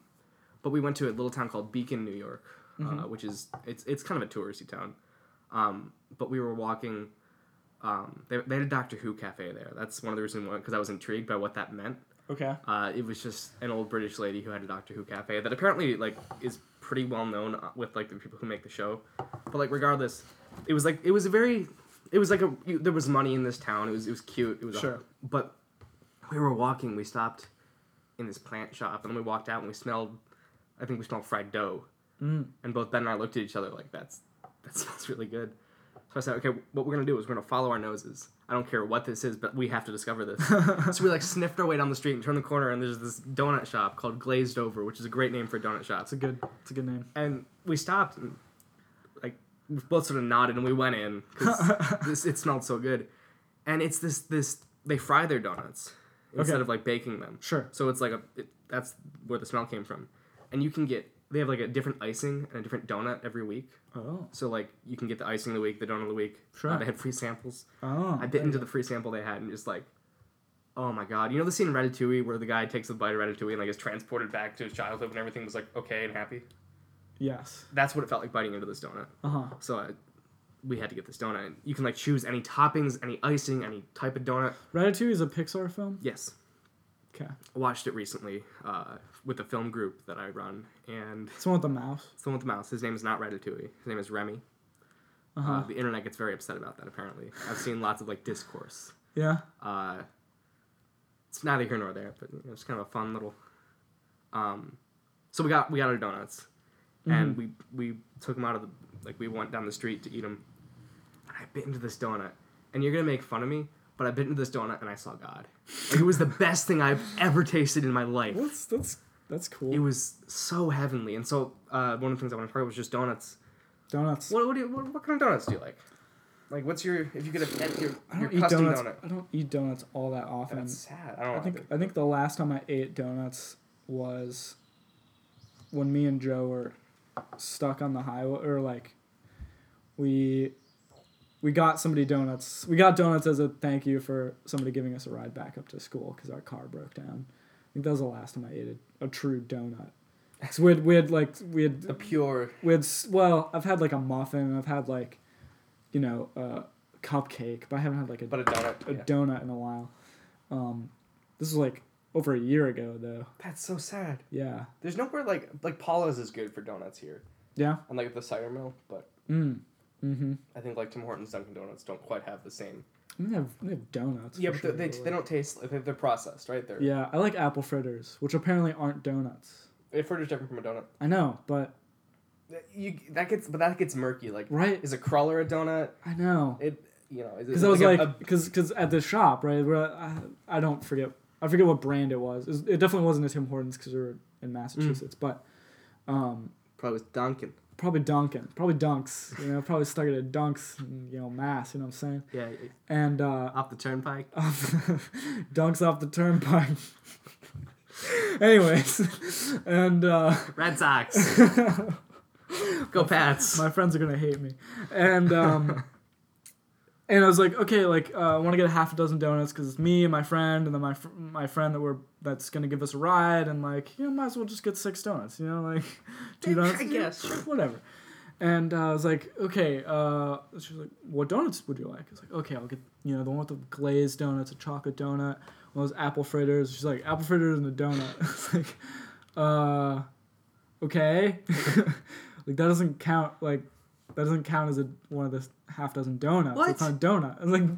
A: but we went to a little town called Beacon, New York, uh, which is it's it's kind of a touristy town. Um, but we were walking. Um, they, they had a Doctor Who cafe there. That's one of the reasons why because I was intrigued by what that meant.
C: Okay.
A: Uh, it was just an old British lady who had a Doctor Who cafe that apparently like is pretty well known uh, with like the people who make the show. But like regardless, it was like it was a very, it was like a you, there was money in this town. It was it was cute. It was a-
B: Sure.
A: but we were walking. We stopped in this plant shop and then we walked out and we smelled. I think we smelled fried dough.
B: Mm.
A: And both Ben and I looked at each other like that's that smells really good. So I said, okay, what we're gonna do is we're gonna follow our noses. I don't care what this is, but we have to discover this. so we like sniffed our way down the street and turned the corner, and there's this donut shop called Glazed Over, which is a great name for a donut shop.
B: It's a good. It's a good name.
A: And we stopped and like we both sort of nodded, and we went in because it smelled so good. And it's this this they fry their donuts instead
B: Okay.
A: of like baking them.
B: Sure.
A: So it's like a it, that's where the smell came from, and you can get they have like a different icing and a different donut every week.
B: Oh.
A: So like you can get the icing of the week, the donut of the week.
B: Sure.
A: Uh, they had free samples.
B: Oh.
A: I bit into the free sample they had and just like, oh my god! You know the scene in Ratatouille where the guy takes a bite of Ratatouille and like is transported back to his childhood when everything was like okay and happy.
B: Yes.
A: That's what it felt like biting into this donut.
B: Uh huh.
A: So I, we had to get this donut. And you can like choose any toppings, any icing, any type of donut.
B: Ratatouille is a Pixar film.
A: Yes,
B: Okay.
A: I watched it recently uh, with a film group that I run, and
B: It's the one with the mouse.
A: it's the one with the mouse. His name is not Ratatouille. His name is Remy.
B: Uh-huh.
A: Uh, the internet gets very upset about that. Apparently, I've seen lots of like discourse.
B: Yeah.
A: Uh, it's neither here nor there, but you know, it's kind of a fun little. Um, so we got we got our donuts, and we we took them out of the like we went down the street to eat them, and I bit into this donut, and you're gonna make fun of me, but I bit into this donut and I saw God. Like, it was the best thing I've ever tasted in my life.
B: That's that's that's cool.
A: It was so heavenly, and so uh, one of the things I want to talk about was just donuts.
B: donuts.
A: What what, do you, what what kind of donuts do you like? Like, what's your if you could have your
B: I
A: your
B: don't eat
A: custom
B: donuts.
A: donut?
B: I don't eat donuts all that often.
A: That's sad. I don't.
B: I
A: know.
B: think I think the last time I ate donuts was when me and Joe were stuck on the highway or like we we got somebody donuts. We got donuts as a thank you for somebody giving us a ride back up to school cuz our car broke down. I think that was the last time I ate a, a true donut. So we had, we had like we had
A: the pure
B: with s- well, I've had like a muffin, I've had like, you know, a cupcake, but I haven't had like a,
A: But a donut.
B: a donut in a while. Um, this was like over a year ago though.
A: That's so sad.
B: Yeah,
A: There's nowhere like like Paula's is good for donuts here,
B: yeah.
A: and like the cider mill, but
B: Mm. Mm-hmm.
A: I think like Tim Hortons Dunkin' Donuts don't quite have the same.
B: I mean, they have, they have donuts.
A: Yeah,
B: for
A: but
B: sure,
A: they, they, they don't taste. They're, they're processed, right? They're
B: Yeah, I like apple fritters, which apparently aren't donuts.
A: it further's different from a donut.
B: I know, but
A: You that gets but that gets murky. Like
B: right,
A: is a crawler a donut?
B: I know.
A: It you know is it
B: Because I was like,
A: a-
B: because because at the shop, right? Where I, I don't forget, I forget what brand it was. It, was- it definitely wasn't a Tim Hortons because we were in Massachusetts,
A: Mm.
B: but um,
A: probably it's Dunkin'.
B: probably Dunkin', probably Dunks. You know, probably stuck at a Dunks, in, you know, Mass. You know what I'm saying?
A: Yeah,
B: And uh,
A: off the turnpike.
B: Dunks off the turnpike. Anyways, and uh,
A: Red Sox. Go Pats.
B: my friends are gonna hate me, and um, and I was like, okay, like uh, I want to get a half a dozen donuts because it's me and my friend, and then my fr- my friend that we're that's gonna give us a ride, and like you know, might as well just get six donuts, you know, like two donuts,
A: I
B: you know,
A: guess, sure.
B: whatever. And uh, I was like, okay. Uh, she was like, what donuts would you like? I was like, okay, I'll get you know the one with the glazed donuts, a chocolate donut, one of those apple fritters. She's like, apple fritters and a donut. I was like, uh, okay. like that doesn't count. Like that doesn't count as a one of the half dozen donuts.
A: What?
B: It's not a donut. I was like,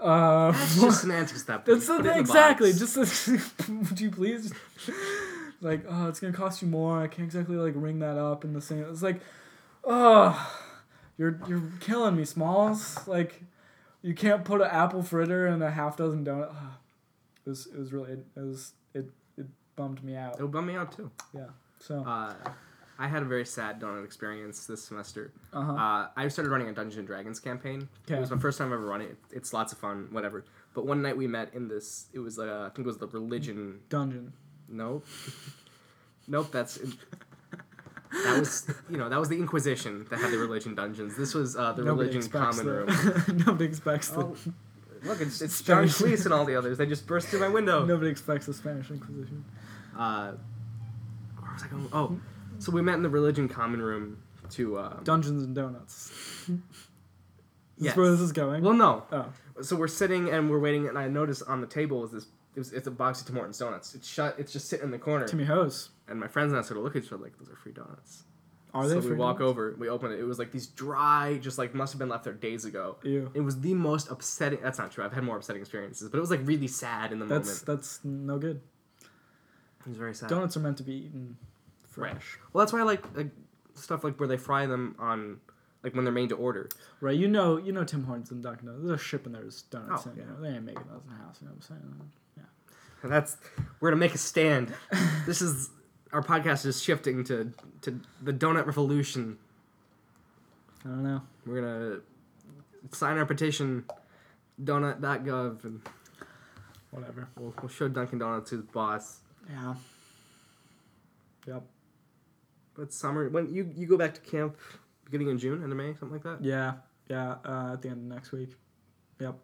B: uh,
A: That's just semantics. That
B: that's
A: point.
B: the
A: Put it in
B: thing.
A: the
B: Exactly.
A: box.
B: Just would you please? Like, oh, it's gonna cost you more. I can't exactly like ring that up in the same. It's like, oh, you're you're killing me, Smalls. Like, you can't put an apple fritter and a half dozen donut. Ah, it was it was really it was it it bummed me out.
A: It'll bum me out too.
B: So
A: Uh, I had a very sad donut experience this semester.
B: uh-huh.
A: Uh, I started running a Dungeons and Dragons campaign. It was
B: Okay.
A: my first time ever running it. It's lots of fun, whatever. But one night we met in this. It was uh, I think it was the religion.
B: Dungeon.
A: Nope. nope. That's that was you know that was the Inquisition that had the religion dungeons. This was uh, the religion common room.
B: the, Nobody expects the.
A: Oh, look, it's, it's John
B: Spanish.
A: Cleese and all the others. They just burst through my window.
B: Nobody expects the Spanish Inquisition.
A: Uh, where was I going? Oh, so we met in the religion common room to. Uh,
B: Dungeons and Donuts. Is
A: Yes.
B: this where this is going?
A: well, no.
B: oh,
A: So we're sitting and we're waiting, and I notice on the table is this. It was, it's a box of Tim Hortons donuts. It's shut. It's just sitting in the corner.
B: Timmy Hose.
A: And my friends and I sort of look at each other like, "Those are free donuts."
B: Are
A: so
B: they?
A: we walk over. We open it. It was like these dry, just like must have been left there days ago.
B: You.
A: It was the most upsetting. That's not true. I've had more upsetting experiences, but it was like really sad in the
B: That's
A: moment.
B: that's no good.
A: It was very sad.
B: Donuts are meant to be eaten fresh,
A: Well, that's why I like, like stuff like where they fry them on, like when they're made to order.
B: right? You know, you know Tim Hortons and Dunkin' Donuts. They're shipping their donuts
A: Oh,
B: in.
A: yeah.
B: You know, they ain't making those in the house. You know what I'm saying?
A: And that's we're gonna make a stand. this is our podcast is shifting to to the donut revolution.
B: I don't know.
A: We're gonna sign our petition, donut.gov, and
B: Whatever.
A: we'll, we'll show Dunkin' Donuts who's boss.
B: Yeah. Yep.
A: But summer when you you go back to camp beginning in June, end of May, something like that.
B: Yeah. Yeah. Uh, at the end of next week. Yep.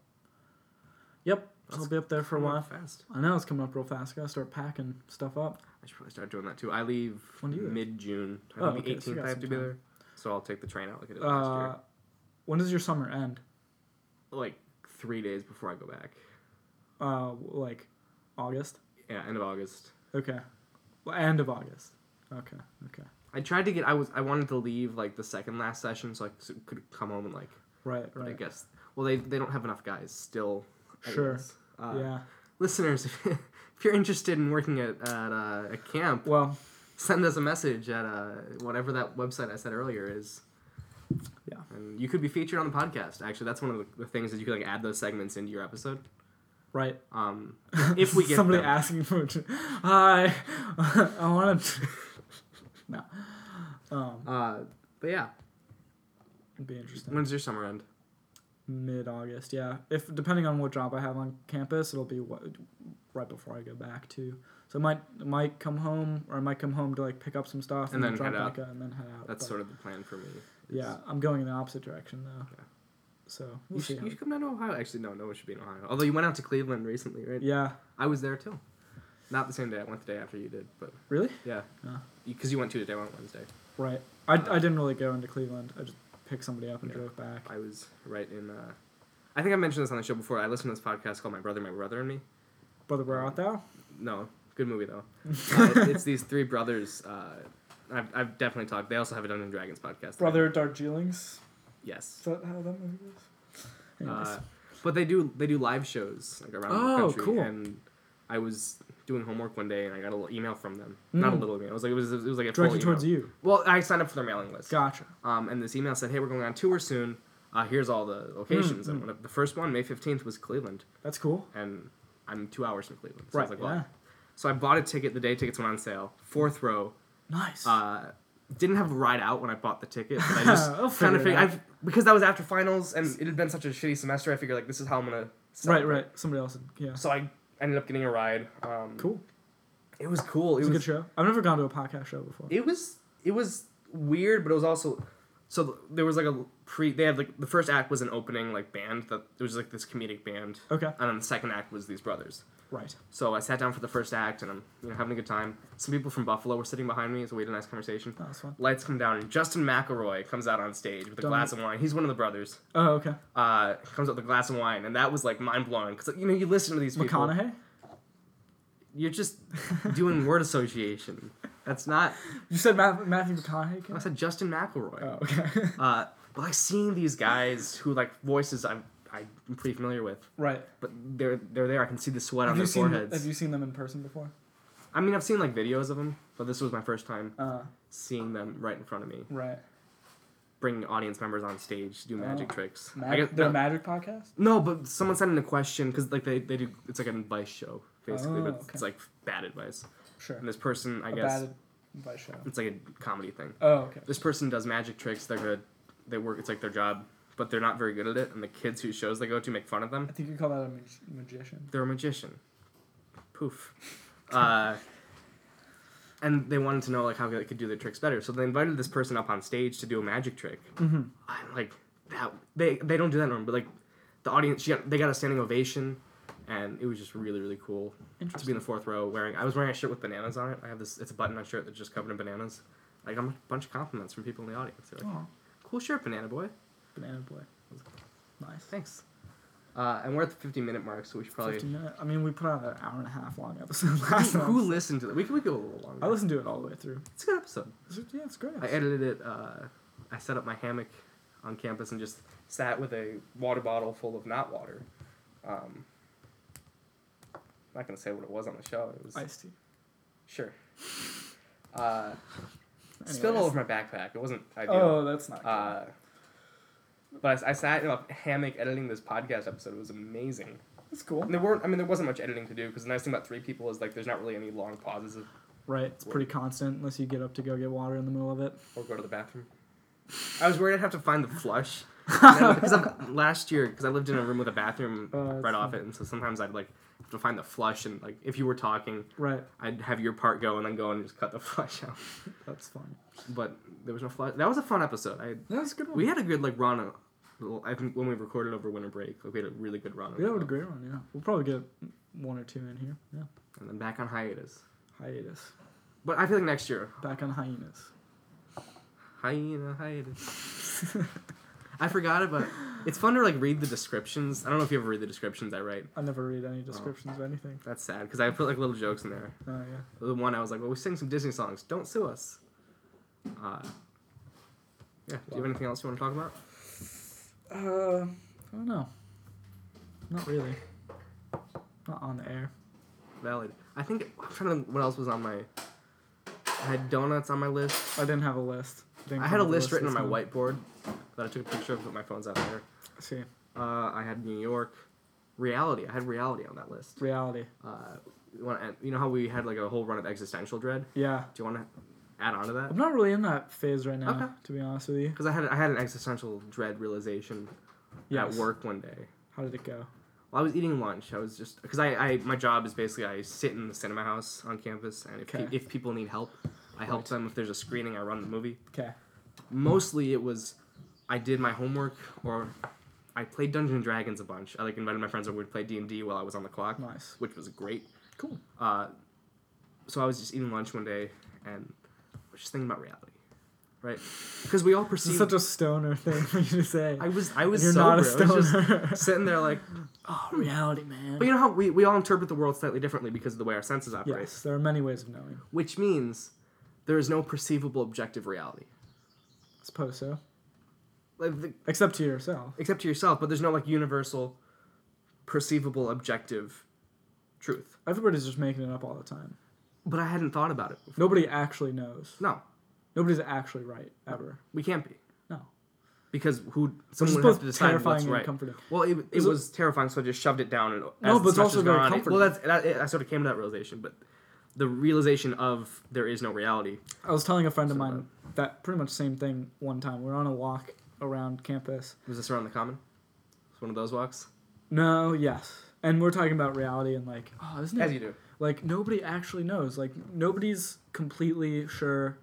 B: Yep. So I'll be up there for a
A: Coming
B: while.
A: up Fast.
B: I know it's coming up real fast. I gotta start packing stuff up.
A: I should probably start doing that too. I leave
B: When do you leave?
A: mid June. I
B: Oh,
A: think the
B: okay, so
A: 18th
B: you got
A: I have
B: some
A: to be
B: time.
A: there. So I'll take the train out like I did last year.
B: Uh, when does your summer end?
A: like three days before I go back.
B: Uh, like August.
A: Yeah, end of August.
B: Okay. Well, end of August. Okay. Okay.
A: I tried to get. I was. I wanted to leave like the second last session, so I s- could come home and like.
B: Right.
A: I
B: Right.
A: guess. Well, they they don't have enough guys still. I
B: Sure.
A: guess. Uh,
B: yeah.
A: Listeners, if you're interested in working at at uh, a camp,
B: Well.
A: send us a message at uh, whatever that website I said earlier is.
B: Yeah.
A: And you could be featured on the podcast. Actually, that's one of the, the things that you could like add those segments into your episode.
B: Right.
A: Um, if we get
B: somebody
A: them.
B: asking for, a tr- hi, I want to. no. Um,
A: Uh, but yeah,
B: it'd be interesting.
A: when's your summer end?
B: Mid August. Yeah. If depending on what job I have on campus, it'll be what, right before I go back to. So I might I might come home or I might come home to like pick up some stuff
A: And then
B: drop
A: head out.
B: back and then head out.
A: That's
B: but-
A: sort of the plan for me. is-
B: Yeah, I'm going in the opposite direction though.
A: Yeah.
B: So
A: You
B: we'll
A: should,
B: see.
A: you
B: how-
A: should come down to Ohio. Actually, no, no one should be in Ohio. Although you went out to Cleveland recently, right?
B: Yeah.
A: I was there too. Not the same day. I went the day after you did, but
B: Really?
A: yeah.
B: Oh.
A: Because you went Tuesday, I went Wednesday.
B: Right. I, I didn't really go into Cleveland. I just picked somebody up and
A: Yeah.
B: drove back.
A: I was right in. Uh, I think I mentioned this on the show before. I listened to this podcast called My Brother, My Brother and Me.
B: Brother, where art thou?
A: No, good movie though. uh, it's these three brothers. Uh, I've, I've definitely talked. They also have a Dungeon Dragons podcast.
B: Brother Darjeelings.
A: Yes.
B: Is that how that movie goes? Anyways.
A: Uh, but they do they do live shows like around
B: Oh,
A: the country.
B: cool.
A: And I was doing homework one day and I got a little email from them. Not a
B: Mm.
A: little email. It was like it was it was like a full
B: Directed
A: email.
B: towards you.
A: Well, I signed up for their mailing list.
B: Gotcha.
A: Um, and this email said, "Hey, we're going on tour soon. Uh, here's all the
B: Mm,
A: locations." And one of- the first one, May fifteenth, was Cleveland,
B: That's cool.
A: and I'm two hours from Cleveland. So I
B: right.
A: was like, well.
B: yeah.
A: So I bought a ticket the day tickets went on sale. Fourth row.
B: Nice.
A: Uh, didn't have a ride out when I bought the ticket, but I just
B: I'll
A: kind of
B: figure it
A: figured
B: out.
A: I've, because that was after finals and it had been such a shitty semester. I figured like this is how I'm gonna.
B: right.
A: celebrate.
B: Right. Somebody else. Yeah.
A: So I ended up getting a ride. Um,
B: Cool.
A: It was cool. It was
B: It's a good show. I've never gone to a podcast show before.
A: it was it was weird, but it was also so th- there was like a pre. They had like the first act was an opening like band that it was like this comedic band,
B: Okay.
A: and then the second act was these brothers.
B: Right.
A: So I sat down for the first act, and I'm you know having a good time. Some people from Buffalo were sitting behind me, so we had a nice conversation.
B: That was fun.
A: Lights come down, and Justin McElroy comes out on stage with a
B: Don't-
A: glass of wine. He's one of the brothers.
B: Oh, okay.
A: Uh, comes out with a glass of wine, and that was like mind blowing because you know you listen to these people.
B: McConaughey.
A: You're just doing word association. That's not.
B: You said Matt, Matthew McConaughey. Came?
A: I said Justin McElroy.
B: Oh, okay.
A: Uh, but like seeing these guys who like voices I'm I'm pretty familiar with,
B: right.
A: but they're they're there. I can see the sweat on
B: Have
A: their
B: you seen?
A: foreheads.
B: Have you seen them in person before?
A: I mean, I've seen like videos of them, but this was my first time
B: Uh,
A: seeing them right in front of me.
B: right.
A: Bringing audience members on stage to do magic
B: Oh.
A: tricks. I
B: Mag-
A: guess-
B: their
A: no,
B: magic podcast.
A: no, but someone sent in a question because like they, they do it's like an advice show basically,
B: Oh,
A: but it's
B: okay.
A: like bad advice.
B: Sure.
A: And this person, I
B: a
A: guess,
B: bad advice show.
A: it's like a comedy thing.
B: Oh, okay.
A: This person does magic tricks. They're good. They work. It's like their job. but they're not very good at it, and the kids whose shows they go to make fun of them.
B: I think you call that a mag- magician.
A: They're a magician. Poof. Uh, and they wanted to know like how they could do their tricks better, so they invited this person up on stage to do a magic trick.
B: Mm-hmm.
A: I'm like, that they they don't do that normally, but like the audience, she got, they got a standing ovation, and it was just really really cool to be in
B: Interesting.
A: the fourth row wearing. I was wearing a shirt with bananas on it. I have this. It's a button-on shirt that's just covered in bananas. I got a bunch of compliments from people in the audience. They're like,
B: Aw,
A: "Cool shirt, banana boy.
B: banana boy. Nice.
A: Thanks." Uh, and we're at the 15-minute mark, so we should probably.
B: 15 minute. I mean, we put out an hour and a half long episode last
A: Who, who
B: time.
A: listened to that? We can we go a little longer.
B: I listened to it all the way through.
A: It's a good episode.
B: It's- yeah, it's great.
A: I edited it. Uh, I set up my hammock on campus and just sat with a water bottle full of not water. Um, I'm not gonna say what it was on the show. It was
B: Iced tea.
A: sure. Uh, spilled
B: Anyways.
A: all over my backpack. It wasn't ideal.
B: Oh, that's not good.
A: Uh, but I, I sat in a hammock editing this podcast episode. It was amazing.
B: that's cool.
A: And there weren't. I mean, there wasn't much editing to do because the nice thing about three people is like there's not really any long pauses of,
B: Right, it's pretty constant unless you get up to go get water in the middle of it.
A: or go to the bathroom. I was worried I'd have to find the flush because I've- last year because I lived in a room with a bathroom
B: Oh, that's
A: right off it, and so sometimes I'd like have to find the flush and like if you were talking,
B: Right,
A: I'd have your part go and then go and just cut the flush out.
B: that's fun.
A: But there was no flush. That was a fun episode. I
B: That was a good one.
A: We had a good like run. uh, well, I think when we recorded over winter break, like we had a really good run. of
B: we had a
A: it,
B: great one. Yeah, we'll probably get one or two in here. Yeah,
A: And then back on hiatus.
B: hiatus.
A: But I feel like next year,
B: Back on hyenas.
A: hyena hiatus. I forgot it, but it's fun to like read the descriptions. I don't know if you ever read the descriptions I write.
B: I never read any descriptions of anything.
A: That's sad because I put like little jokes in there.
B: Oh yeah.
A: The one I was like, "Well, we sing some Disney songs. Don't sue us." Uh, yeah. Do you have anything else you want to talk about?
B: Uh, I don't know. Not really. Not on the air.
A: Valid. I think I'm trying to. think What else was on my? I had donuts on my list.
B: I didn't have a list. Didn't
A: I
B: come
A: had a
B: up with
A: list written on
B: this
A: my
B: time.
A: whiteboard that I took a picture of, put my phone's out there.
B: See,
A: Uh, I had New York, reality. I had reality on that list.
B: reality.
A: Uh, you, wanna, you know how we had like a whole run of existential dread.
B: Yeah,
A: Do you want to add on to that?
B: I'm not really in that phase right now,
A: Okay.
B: to be honest with you.
A: Because I had I had an existential dread realization
B: Yes.
A: at work one day.
B: How did it go?
A: Well, I was eating lunch. I was just because I, I my job is basically I sit in the cinema house on campus, and if pe-
B: Okay.
A: if people need help, I help
B: Right.
A: them. If there's a screening, I run the movie.
B: Okay.
A: mostly it was I did my homework or I played Dungeons and Dragons a bunch. I like invited my friends over. We'd play D and D while I was on the clock,
B: Nice.
A: which was great.
B: Cool.
A: Uh, so I was just eating lunch one day and I was just thinking about reality, right? Because we all
B: This
A: perceive.
B: is such a stoner thing for you to say.
A: I was I was
B: You're
A: sober.
B: not a
A: I was just
B: stoner.
A: sitting there like,
B: oh, reality, man.
A: but you know how we, we all interpret the world slightly differently because of the way our senses operate,
B: yes, there are many ways of knowing.
A: which means there is no perceivable objective reality,
B: I suppose so.
A: like the,
B: Except to yourself.
A: except to yourself, but there's no like universal, perceivable, objective truth.
B: Everybody's just making it up all the time.
A: But I hadn't thought about it. Before.
B: Nobody actually knows.
A: No,
B: Nobody's actually right ever.
A: we can't be
B: No.
A: because who
B: Which is
A: someone would have
B: both
A: to decide
B: terrifying
A: what's
B: and
A: right.
B: comforting.
A: Well, it, it
B: Is it-
A: was terrifying, so I just shoved it down. And
B: No,
A: as
B: but it's
A: semesters
B: also
A: went
B: very
A: on, it-
B: comforting.
A: well, that's that, I sort of came to that realization, but the realization of there is no reality.
B: I was telling a friend of
A: So
B: mine that pretty much same thing one time. We were on a walk around campus.
A: Was this around the common? It's one of those walks.
B: No, yes. And we're talking about reality and like, oh, isn't it
A: As you do.
B: like nobody actually knows like nobody's completely sure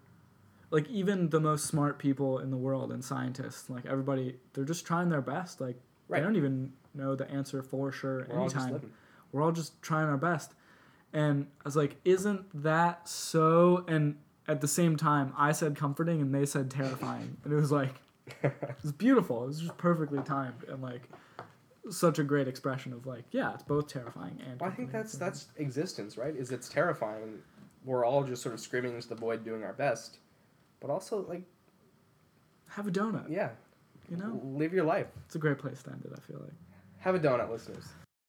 B: like even the most smart people in the world and scientists like everybody they're just trying their best like
A: Right.
B: they don't even know the answer for sure
A: We're all just
B: anytime
A: living.
B: we're all just trying our best and i was like isn't that so and at the same time i said comforting and they said terrifying and it was like it was beautiful it was just perfectly timed and like such a great expression of like yeah it's both terrifying and
A: Well, I think
B: comforting.
A: that's that's existence, right? Is it's terrifying. We're all just sort of screaming into the void, doing our best, but also like,
B: have a donut
A: yeah,
B: you know
A: live your life.
B: It's a great place to end it, I feel like.
A: Have a donut, listeners.